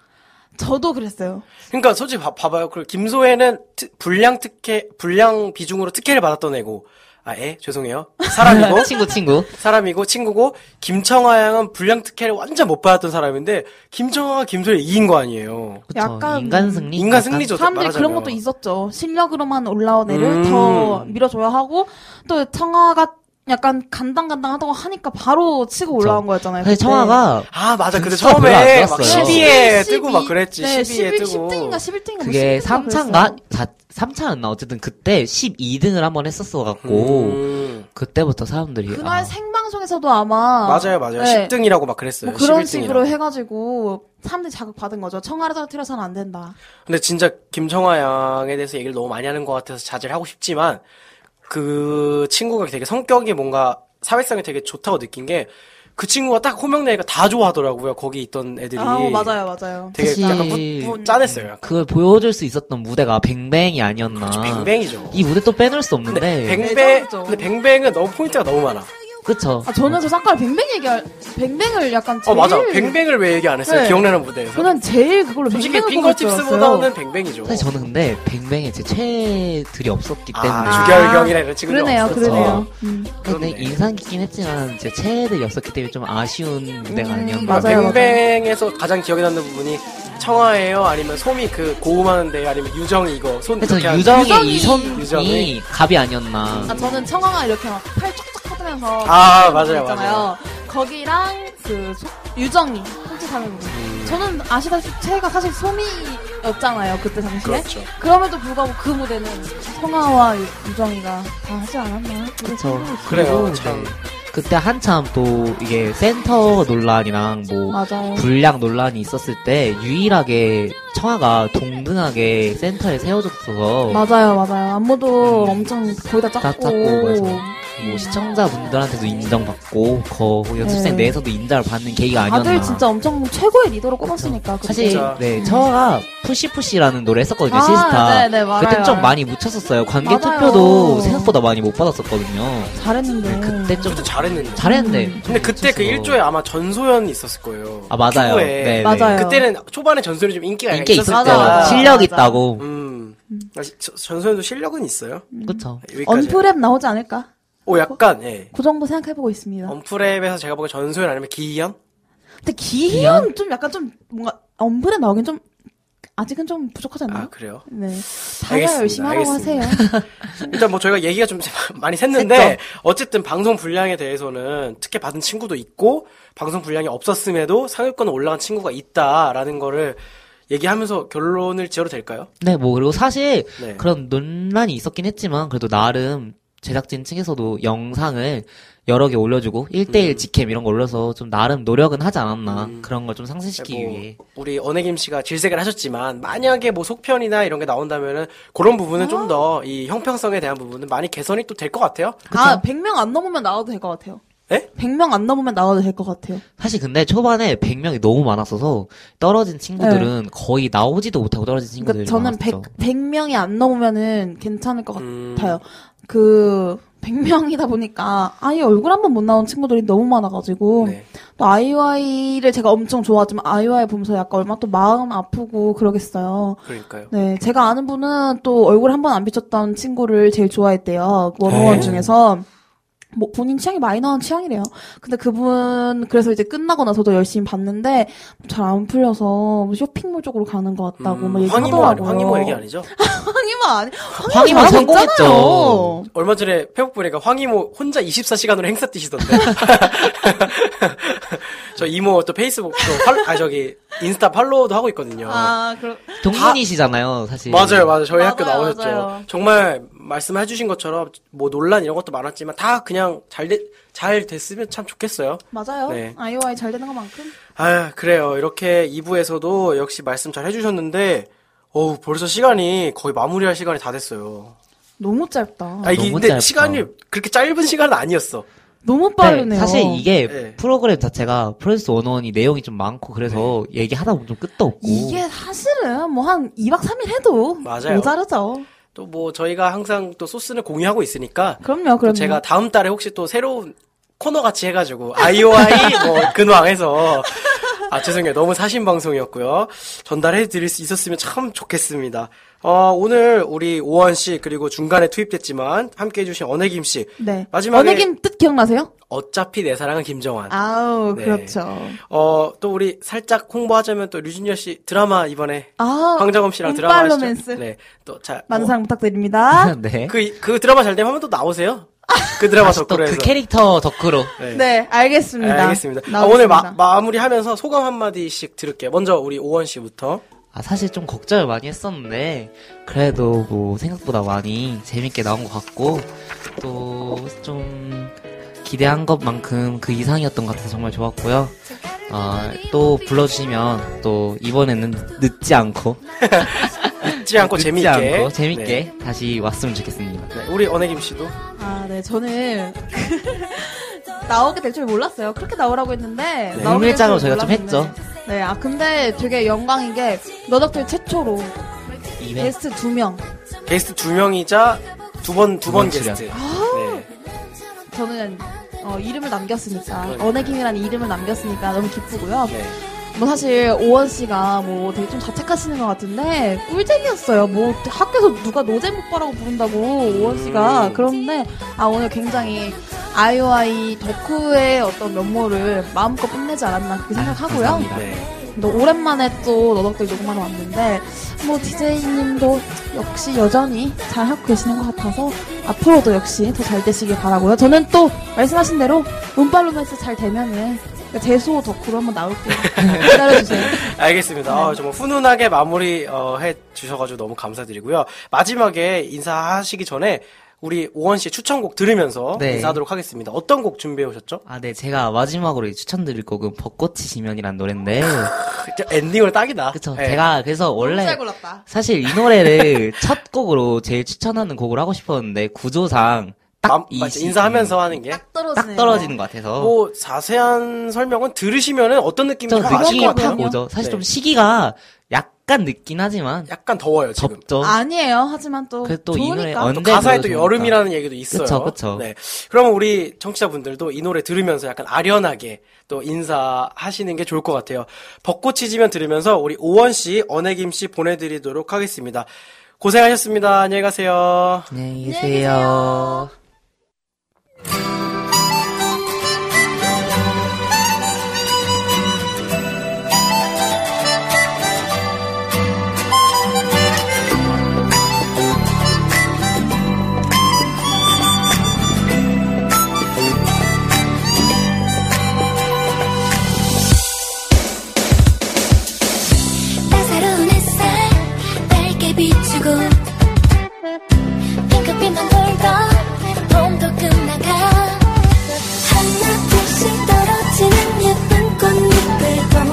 D: 저도 그랬어요.
A: 그러니까 솔직히 봐, 봐봐요. 그 김소혜는 트- 불량 특혜, 불량 비중으로 특혜를 받았던 애고, 아, 애? 죄송해요. 사람이고,
B: 친구 친구.
A: 사람이고, 친구고, 김청아 양은 불량 특혜를 완전 못 받았던 사람인데, 김청아가 김소혜 이긴 거 아니에요.
B: 그쵸.
D: 약간
B: 인간 승리.
A: 인간
B: 약간
A: 승리죠.
D: 사람들이
A: 말하자면.
D: 그런 것도 있었죠. 실력으로만 올라온 애를
A: 음.
D: 더 밀어줘야 하고 또 청아가 약간 간당간당하다고 하니까 바로 치고 올라온 거였잖아요.
B: 사실
D: 그때.
B: 청아가
D: 음,
A: 아, 맞아. 근데
B: 점수가 별로 안
A: 처음에 막
B: 좋았어요.
A: 12에
D: 12,
A: 뜨고 막 그랬지.
D: 네,
A: 12에
D: 11,
A: 뜨고.
D: 10등인가 11등인가
B: 그게 3차인가 3차였나 어쨌든 그때 12등을 한 번 했었어 갖고
A: 음.
B: 그때부터 사람들이
D: 그날
B: 아,
D: 생방송에서도 아마
A: 예, 맞아요, 맞아요.
D: 네.
A: 10등이라고 막 그랬어요.
D: 뭐 그런
A: 11등이라고.
D: 식으로 해가지고 사람들이 자극받은 거죠. 청아를 떨어뜨려서는 안 된다.
A: 근데 진짜 김청아 양에 대해서 얘기를 너무 많이 하는 것 같아서 자제를 하고 싶지만 그 친구가 되게 성격이 뭔가 사회성이 되게 좋다고 느낀 게 그 친구가 딱 호명내니까 다 좋아하더라고요. 거기 있던 애들이.
D: 아, 어, 맞아요, 맞아요.
A: 되게
B: 사실-
A: 약간 뿌, 뿌, 짠했어요. 약간.
B: 그걸 보여줄 수 있었던 무대가 뱅뱅이 아니었나. 예.
A: 뱅뱅이죠.
B: 이 무대 또 빼놓을 수 없는데.
A: 근데 뱅뱅,
D: 레전드죠.
A: 근데 뱅뱅은 너무 포인트가 너무 많아. 어,
B: 그쵸.
D: 아, 저는 저 작가를 뱅뱅 얘기할, 뱅뱅을 약간
A: 어,
D: 제일.
A: 맞아. 뱅뱅을 왜 얘기 안 했어요?
D: 네.
A: 기억나는 무대에서.
D: 저는 제일 그걸로
A: 솔직히
D: 뱅뱅을
A: 핑거팁스보다는 뱅뱅이죠.
B: 사실 저는 근데 뱅뱅에 제 최애들이 없었기 때문에.
A: 아, 주결경이라 이런 친구들.
D: 그러네요,
A: 없었죠.
D: 그러네요. 음.
B: 근데
A: 그렇네.
B: 인상 깊긴 했지만 제 최애들이 없었기 때문에 좀 아쉬운 무대가 아니었나.
D: 음, 맞아요, 맞아요.
A: 뱅뱅에서 그러니까 가장 기억에 남는 부분이 청아예요? 아니면 소미 그 고음하는데요? 아니면 유정이 이거 손
B: 근데
A: 이렇게 하는-
B: 저는 유정의
D: 유정이-
B: 이 손이
A: 그러니까 유정이?
B: 갑이 아니었나.
D: 아, 저는 청아가 이렇게 막 팔 쫙쫙 뻗으면서.
A: 아,
D: 그런
A: 맞아요,
D: 거 있잖아요. 거기랑 그 소- 유정이, 솔직하는 부분.
A: 음.
D: 저는 아시다시피 제가 사실 소미였잖아요, 그때 당시에.
A: 그렇죠.
D: 그럼에도 불구하고 그 무대는 청아와 유- 유정이가 다 하지 않았나?
B: 그쵸.
A: 그래요,
B: 그리고
A: 참.
B: 네. 그때 한참 또 이게 센터 논란이랑 뭐
D: 맞아요.
B: 불량 논란이 있었을 때 유일하게 청아가 동등하게 센터에 세워줬어서
D: 맞아요, 맞아요.
A: 음.
D: 안무도 엄청 거의 다
B: 다
D: 짰고.
B: 짰고 그래서 뭐 시청자분들한거분들한테도 인정받고 거 연습생
D: 네.
B: 내에서 도 인정을 받는 계기가 아니었나.
D: 다들 진짜 엄청 최고의 리더로 꼽았으니까. 그때.
B: 사실
A: 진짜.
B: 네 청아가 푸시푸시라는 노래 했었거든요
D: 아,
B: 시스타.
D: 네, 네, 맞아요.
B: 그때 좀 많이 묻혔었어요. 관객
D: 맞아요.
B: 투표도 생각보다 많이 못 받았었거든요. 네,
D: 잘했는데.
B: 그때 좀
A: 그때 잘했는데.
B: 잘했네.
D: 음.
A: 근데 그때 그 1조에 아마 전소연이 있었을 거예요.
B: 아 맞아요.
A: 피부에.
B: 네, 네.
D: 맞아요.
A: 그때는 초반에 전소연이 좀 인기가
B: 인기 있을
A: 있었을
B: 때
D: 맞아, 맞아.
A: 때라.
B: 실력
D: 맞아.
B: 있다고.
A: 음. 사실 저- 전소연도 실력은 있어요.
D: 음.
B: 그쵸.
A: 여기까지.
D: 언프랩 나오지 않을까?
A: 오, 약간, 예.
D: 그 정도 생각해보고 있습니다.
A: 언프랩에서 제가 보기엔 전소연 아니면 기희연?
D: 근데 기현 좀 약간 좀 뭔가 언프랩 나오긴 좀 아직은 좀 부족하지 않나요?
A: 아, 그래요?
D: 네.
A: 알겠습니다,
D: 다들 열심히 하라고
A: 알겠습니다.
D: 하세요.
A: 일단 뭐 저희가 얘기가 좀 많이 샜는데 어쨌든 방송 분량에 대해서는 특혜 받은 친구도 있고 방송 분량이 없었음에도 상위권에 올라간 친구가 있다라는 거를 얘기하면서 결론을 지어도 될까요?
B: 네, 뭐 그리고 사실
A: 네.
B: 그런 논란이 있었긴 했지만 그래도 나름 제작진 측에서도 영상을 여러 개 올려주고 1대1
A: 음.
B: 직캠 이런 거 올려서 좀 나름 노력은 하지 않았나 그런 걸 좀 상쇄시키기
A: 뭐
B: 위해
A: 우리 언혜김 씨가 질색을 하셨지만 만약에 뭐 속편이나 이런 게 나온다면은 그런 부분은 좀 더 이 형평성에 대한 부분은 많이 개선이 또 될 것 같아요.
D: 아, 100명 안 넘으면 나와도 될 것 같아요.
A: 예?
D: 100명 안 넘으면 나와도 될 것 같아요.
B: 사실 근데 초반에 100명이 너무 많았어서 떨어진 친구들은 거의 나오지도 못하고 떨어진 친구들이
D: 네. 그러니까 저는
B: 많았죠.
D: 100, 100명이 안 넘으면은 괜찮을 것
A: 음.
D: 같아요. 그 100명이다 보니까 아예 얼굴 한 번 못 나온 친구들이 너무 많아가지고
A: 네.
D: 또 아이와이를 제가 엄청 좋아하지만 아이와이 보면서 약간 얼마 또 마음 아프고 그러겠어요.
A: 그러니까요.
D: 네, 제가 아는 분은 또 얼굴 한 번 안 비쳤던 친구를 제일 좋아했대요. 그
A: 네.
D: 원무원 중에서. 뭐 본인 취향이 마이너한 취향이래요. 근데 그분 그래서 이제 끝나고 나서도 열심히 봤는데 잘 안 풀려서 뭐 쇼핑몰 쪽으로 가는 것 같다고 막
A: 음, 황희모 아니,
D: 얘기하더라고요.
A: 황희모 얘기 아니죠?
D: 황희모 아니
B: 황희모
D: 잘하고
B: 성공했죠.
D: 있잖아요.
A: 얼마 전에 페북 보니까 황이모 혼자 24시간으로 행사 뛰시던데. 저 이모 또 페이스북도 팔, 아 저기 인스타 팔로우도 하고 있거든요.
D: 아 그럼
B: 동문이시잖아요, 사실.
A: 맞아요, 맞아요. 저희
D: 맞아요,
A: 학교 나오셨죠.
D: 맞아요.
A: 정말 말씀해주신 것처럼 뭐 논란 이런 것도 많았지만 다 그냥 잘, 됐- 잘 됐으면 참 좋겠어요.
D: 맞아요.
A: 네.
D: 아이오아이 잘 되는 것만큼
A: 아 그래요. 이렇게 2부에서도 역시 말씀 잘 해주셨는데 어우 벌써 시간이 거의 마무리할 시간이 다 됐어요.
D: 너무 짧다.
A: 아 이게
B: 너무
A: 근데
B: 짧다.
A: 시간이 그렇게 짧은 시간은 아니었어.
D: 너무
B: 네,
D: 빠르네요.
B: 사실 이게
A: 네.
B: 프로그램 자체가 프로듀스 101이 내용이 좀 많고 그래서
A: 네.
B: 얘기하다 보면 좀 끝도 없고
D: 이게 사실은 뭐 한 2박 3일 해도
A: 맞아요.
D: 모자르죠.
A: 또 뭐 저희가 항상 또 소스는 공유하고 있으니까
D: 그럼요,
A: 또
D: 그럼요.
A: 제가 다음 달에 혹시 또 새로운 코너 같이 해가지고 아이오아이 뭐 근황해서 아 죄송해요 너무 사신 방송이었고요 전달해 드릴 수 있었으면 참 좋겠습니다. 어 오늘 우리 오원 씨 그리고 중간에 투입됐지만 함께해 주신 언혜김 씨
D: 네.
A: 마지막에
D: 언혜김 뜻 기억나세요?
A: 어차피 내 사랑은 김정환.
D: 아우,
A: 네.
D: 그렇죠.
A: 어 또 우리 살짝 홍보하자면 또 류준열 씨 드라마 이번에
D: 아,
A: 황정음 씨랑 드라마
D: 운빨
A: 하시죠.
D: 로맨스.
A: 네. 또잘
D: 많은 사랑 부탁드립니다.
B: 네.
A: 그, 그 드라마 잘 되면 한번 또 나오세요. 그 드라마
B: 다시 또
A: 덕후에서.
B: 그 캐릭터 덕후로.
A: 네.
D: 네, 알겠습니다.
A: 알겠습니다. 아,
D: 나오겠습니다.
A: 오늘 마, 마무리하면서 소감 한마디씩 들을게요. 먼저 우리 오원 씨부터.
B: 아, 사실 좀 걱정을 많이 했었는데, 그래도 뭐 생각보다 많이 재밌게 나온 것 같고, 또 좀 기대한 것만큼 그 이상이었던 것 같아서 정말 좋았고요. 아, 또 불러주시면 또 이번에는 늦지 않고,
A: 잊지 않고
B: 늦지
A: 재미있게.
B: 않고 재밌게
A: 네.
B: 다시 왔으면 좋겠습니다.
A: 네, 우리 언혜김 씨도.
D: 아, 네, 저는 나오게 될 줄 몰랐어요. 그렇게 나오라고 했는데
A: 네,
D: 나오게 될
B: 일작으로
D: 줄
B: 저희가 좀
D: 몰랐는데. 네, 아 근데 되게 영광인 게 너덕들 최초로
B: 이벤트
D: 게스트 두 명.
A: 게스트 두 명이자 두 번, 두 번
B: 두번 출연.
A: 게스트. 네.
D: 저는 어, 이름을 남겼으니까
A: 그러니까요.
D: 언혜김이라는 이름을 남겼으니까 너무 기쁘고요.
A: 네.
D: 뭐 사실 오원 씨가 뭐 되게 좀 자책하시는 것 같은데 꿀잼이었어요. 뭐 학교에서 누가 노잼오빠라고 부른다고 오원
B: 음.
D: 씨가 그런데 아 오늘 굉장히 아이오아이 덕후의 어떤 면모를 마음껏 뽐내지 않았나 그렇게 생각하고요.
B: 아, 감사합니다.
A: 네.
D: 또 오랜만에 또 너덕들 녹음하러 왔는데 뭐 DJ님도 역시 여전히 잘 하고 계시는 것 같아서 앞으로도 역시 더 잘 되시길 바라고요. 저는 또 말씀하신 대로 운빨로맨스 잘 되면은 재소 덕후로 한번 나올게요. 기다려주세요.
A: 알겠습니다.
B: 네.
A: 아, 정말 훈훈하게 마무리, 어, 해 주셔가지고 너무 감사드리고요. 마지막에 인사하시기 전에 우리 오원 씨의 추천곡 들으면서
B: 네.
A: 인사하도록 하겠습니다. 어떤 곡 준비해 오셨죠?
B: 아, 네, 제가 마지막으로 이제 추천드릴 곡은 벚꽃이 지면이란 노래인데,
A: 진짜 엔딩으로 딱이다.
B: 그쵸.
A: 네.
B: 제가 그래서 원래
D: 잘 골랐다.
B: 사실 이 노래를 첫 곡으로 제일 추천하는 곡으로 하고 싶었는데 구조상
A: 마-
B: 딱 이
A: 맞아, 인사하면서 하는 게.
D: 딱 떨어지네.
B: 딱 떨어지는 것 같아서
A: 뭐 자세한 설명은 들으시면은 어떤 느낌인지
B: 좀
A: 확 아실
B: 느낌이
A: 것
B: 확
A: 같아요.
B: 오죠. 사실
A: 네.
B: 좀 시기가 약간 늦긴 하지만
A: 약간 더워요 지금.
B: 덥죠.
D: 아니에요. 하지만 또
B: 그래서 또이
D: 좋으니까.
B: 노래 언제
A: 가사에 또
B: 들어도 좋으니까.
A: 여름이라는 얘기도 있어요.
B: 그쵸, 그쵸.
A: 네. 그러면 우리 청취자분들도 이 노래 들으면서 약간 아련하게 또 인사하시는 게 좋을 것 같아요. 벚꽃이 지면 들으면서 우리 오원 씨, 언혜김 씨 보내드리도록 하겠습니다. 고생하셨습니다. 안녕히 가세요.
B: 안녕히 계세요.
C: 따사로운 햇살 밝게 비추고 핑크빛만 돌던 네 아,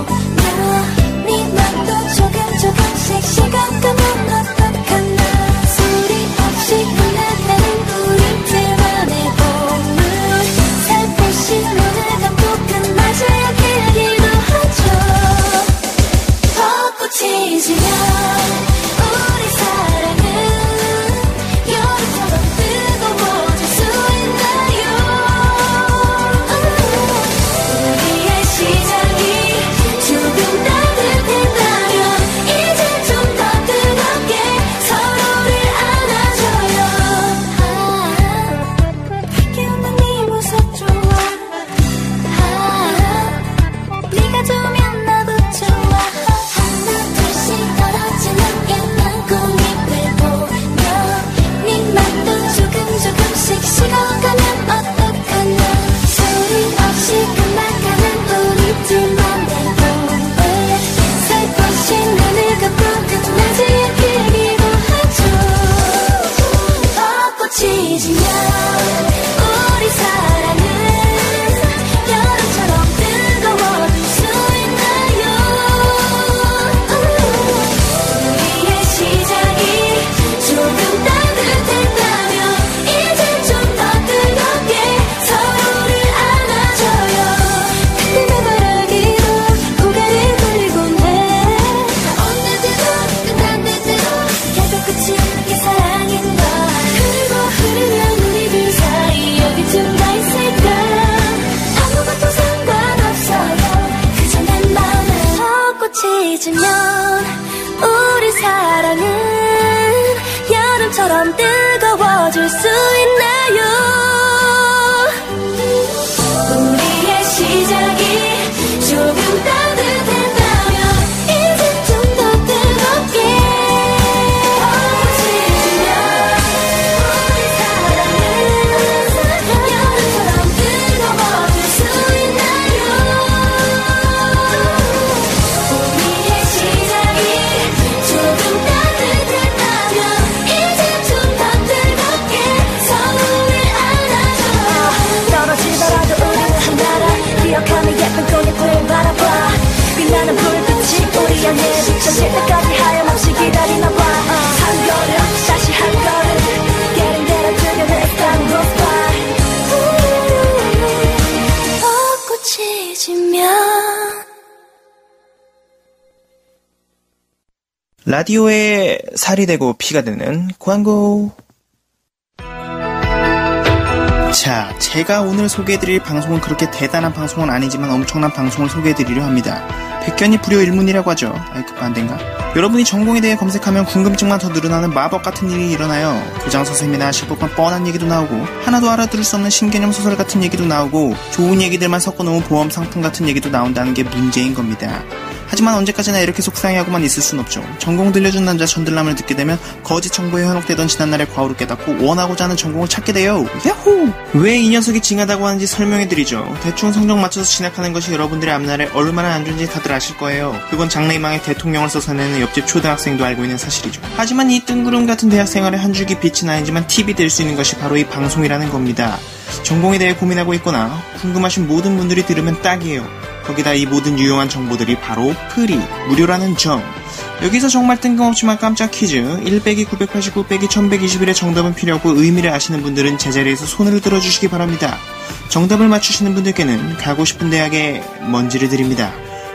C: 그 수 있나요? 우리의 시작이 조금 따뜻했다면 이제 좀 더 뜨겁게 어우러지면 우리 사랑은 사랑 여름처럼 뜨거워질 수 있나요? 우리의 시작이 조금 따뜻했다면 이제 좀 더 뜨겁게 서로를 안아줘요 떨어지더라도 우리는 한나라 기억하며 예쁜 꽃잎을 바라봐 빛나는 불빛이 우리 안에 비춰질 때까지 하염없이 기다리나봐 한 걸음 다시 한 걸음 Getting better together as time goes by 벚꽃이 지면
E: 라디오에 살이 되고 피가 되는 광고. 자, 제가 오늘 소개해드릴 방송은 그렇게 대단한 방송은 아니지만 엄청난 방송을 소개해드리려 합니다. 백견이 불효 일문이라고 하죠. 아이, 그 반대인가? 여러분이 전공에 대해 검색하면 궁금증만 더 늘어나는 마법 같은 일이 일어나요. 교장 선생님이나 하실 법한 뻔한 얘기도 나오고, 하나도 알아들을 수 없는 신개념 소설 같은 얘기도 나오고, 좋은 얘기들만 섞어놓은 보험 상품 같은 얘기도 나온다는 게 문제인 겁니다. 하지만 언제까지나 이렇게 속상해하고만 있을 순 없죠. 전공 들려준 남자 전들남을 듣게 되면 거짓 정보에 현혹되던 지난날의 과오를 깨닫고 원하고자 하는 전공을 찾게 돼요. 야호! 왜 이 녀석이 징하다고 하는지 설명해드리죠. 대충 성적 맞춰서 진학하는 것이 여러분들의 앞날에 얼마나 안 좋은지 다들 아실 거예요. 그건 장래희망의 대통령을 써서내는 옆집 초등학생도 알고 있는 사실이죠. 하지만 이 뜬구름 같은 대학생활의 한 줄기 빛이 나이지만 팁이 될 수 있는 것이 바로 이 방송이라는 겁니다. 전공에 대해 고민하고 있거나 궁금하신 모든 분들이 들으면 딱이에요. 거기다 이 모든 유용한 정보들이 바로 프리, 무료라는 점. 여기서 정말 뜬금없지만 깜짝 퀴즈. 1 빼기 989 빼기 1121의 정답은 필요 없고 의미를 아시는 분들은 제자리에서 손을 들어주시기 바랍니다. 정답을 맞추시는 분들께는 가고 싶은 대학에 먼지를 드립니다.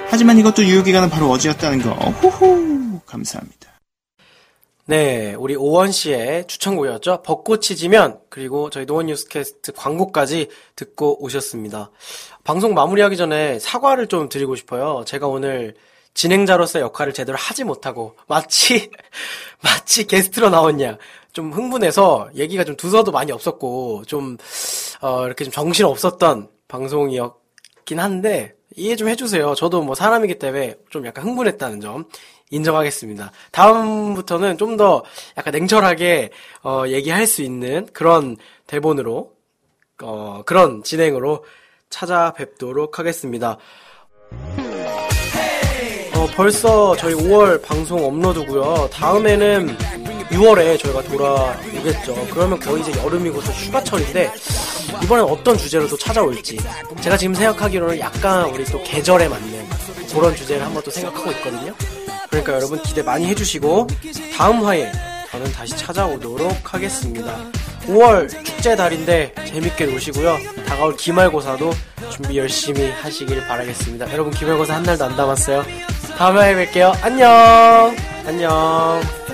E: 하지만 이것도 유효기간은 바로 어제였다는 거. 호호! 감사합니다.
A: 네, 우리 오원 씨의 추천곡이었죠. 벚꽃이 지면 그리고 저희 노원 뉴스캐스트 광고까지 듣고 오셨습니다. 방송 마무리하기 전에 사과를 좀 드리고 싶어요. 제가 오늘 진행자로서 역할을 제대로 하지 못하고 마치 마치 게스트로 나왔냐 좀 흥분해서 얘기가 좀 두서도 많이 없었고 좀 어, 이렇게 좀 정신 없었던 방송이었긴 한데 이해 좀 해주세요. 저도 뭐 사람이기 때문에 좀 약간 흥분했다는 점 인정하겠습니다. 다음부터는 좀 더 약간 냉철하게 어, 얘기할 수 있는 그런 대본으로 어, 그런 진행으로 찾아뵙도록 하겠습니다. 어, 벌써 저희 5월 방송 업로드고요. 다음에는 6월에 저희가 돌아오겠죠. 그러면 거의 이제 여름이고 또 휴가철인데 이번엔 어떤 주제로 또 찾아올지 제가 지금 생각하기로는 약간 우리 또 계절에 맞는 그런 주제를 한번 또 생각하고 있거든요. 그러니까 여러분 기대 많이 해주시고 다음 화에 저는 다시 찾아오도록 하겠습니다. 5월 축제 달인데 재밌게 노시고요. 다가올 기말고사도 준비 열심히 하시길 바라겠습니다. 여러분 기말고사 한 날도 안 남았어요. 다음에 뵐게요. 안녕. 안녕.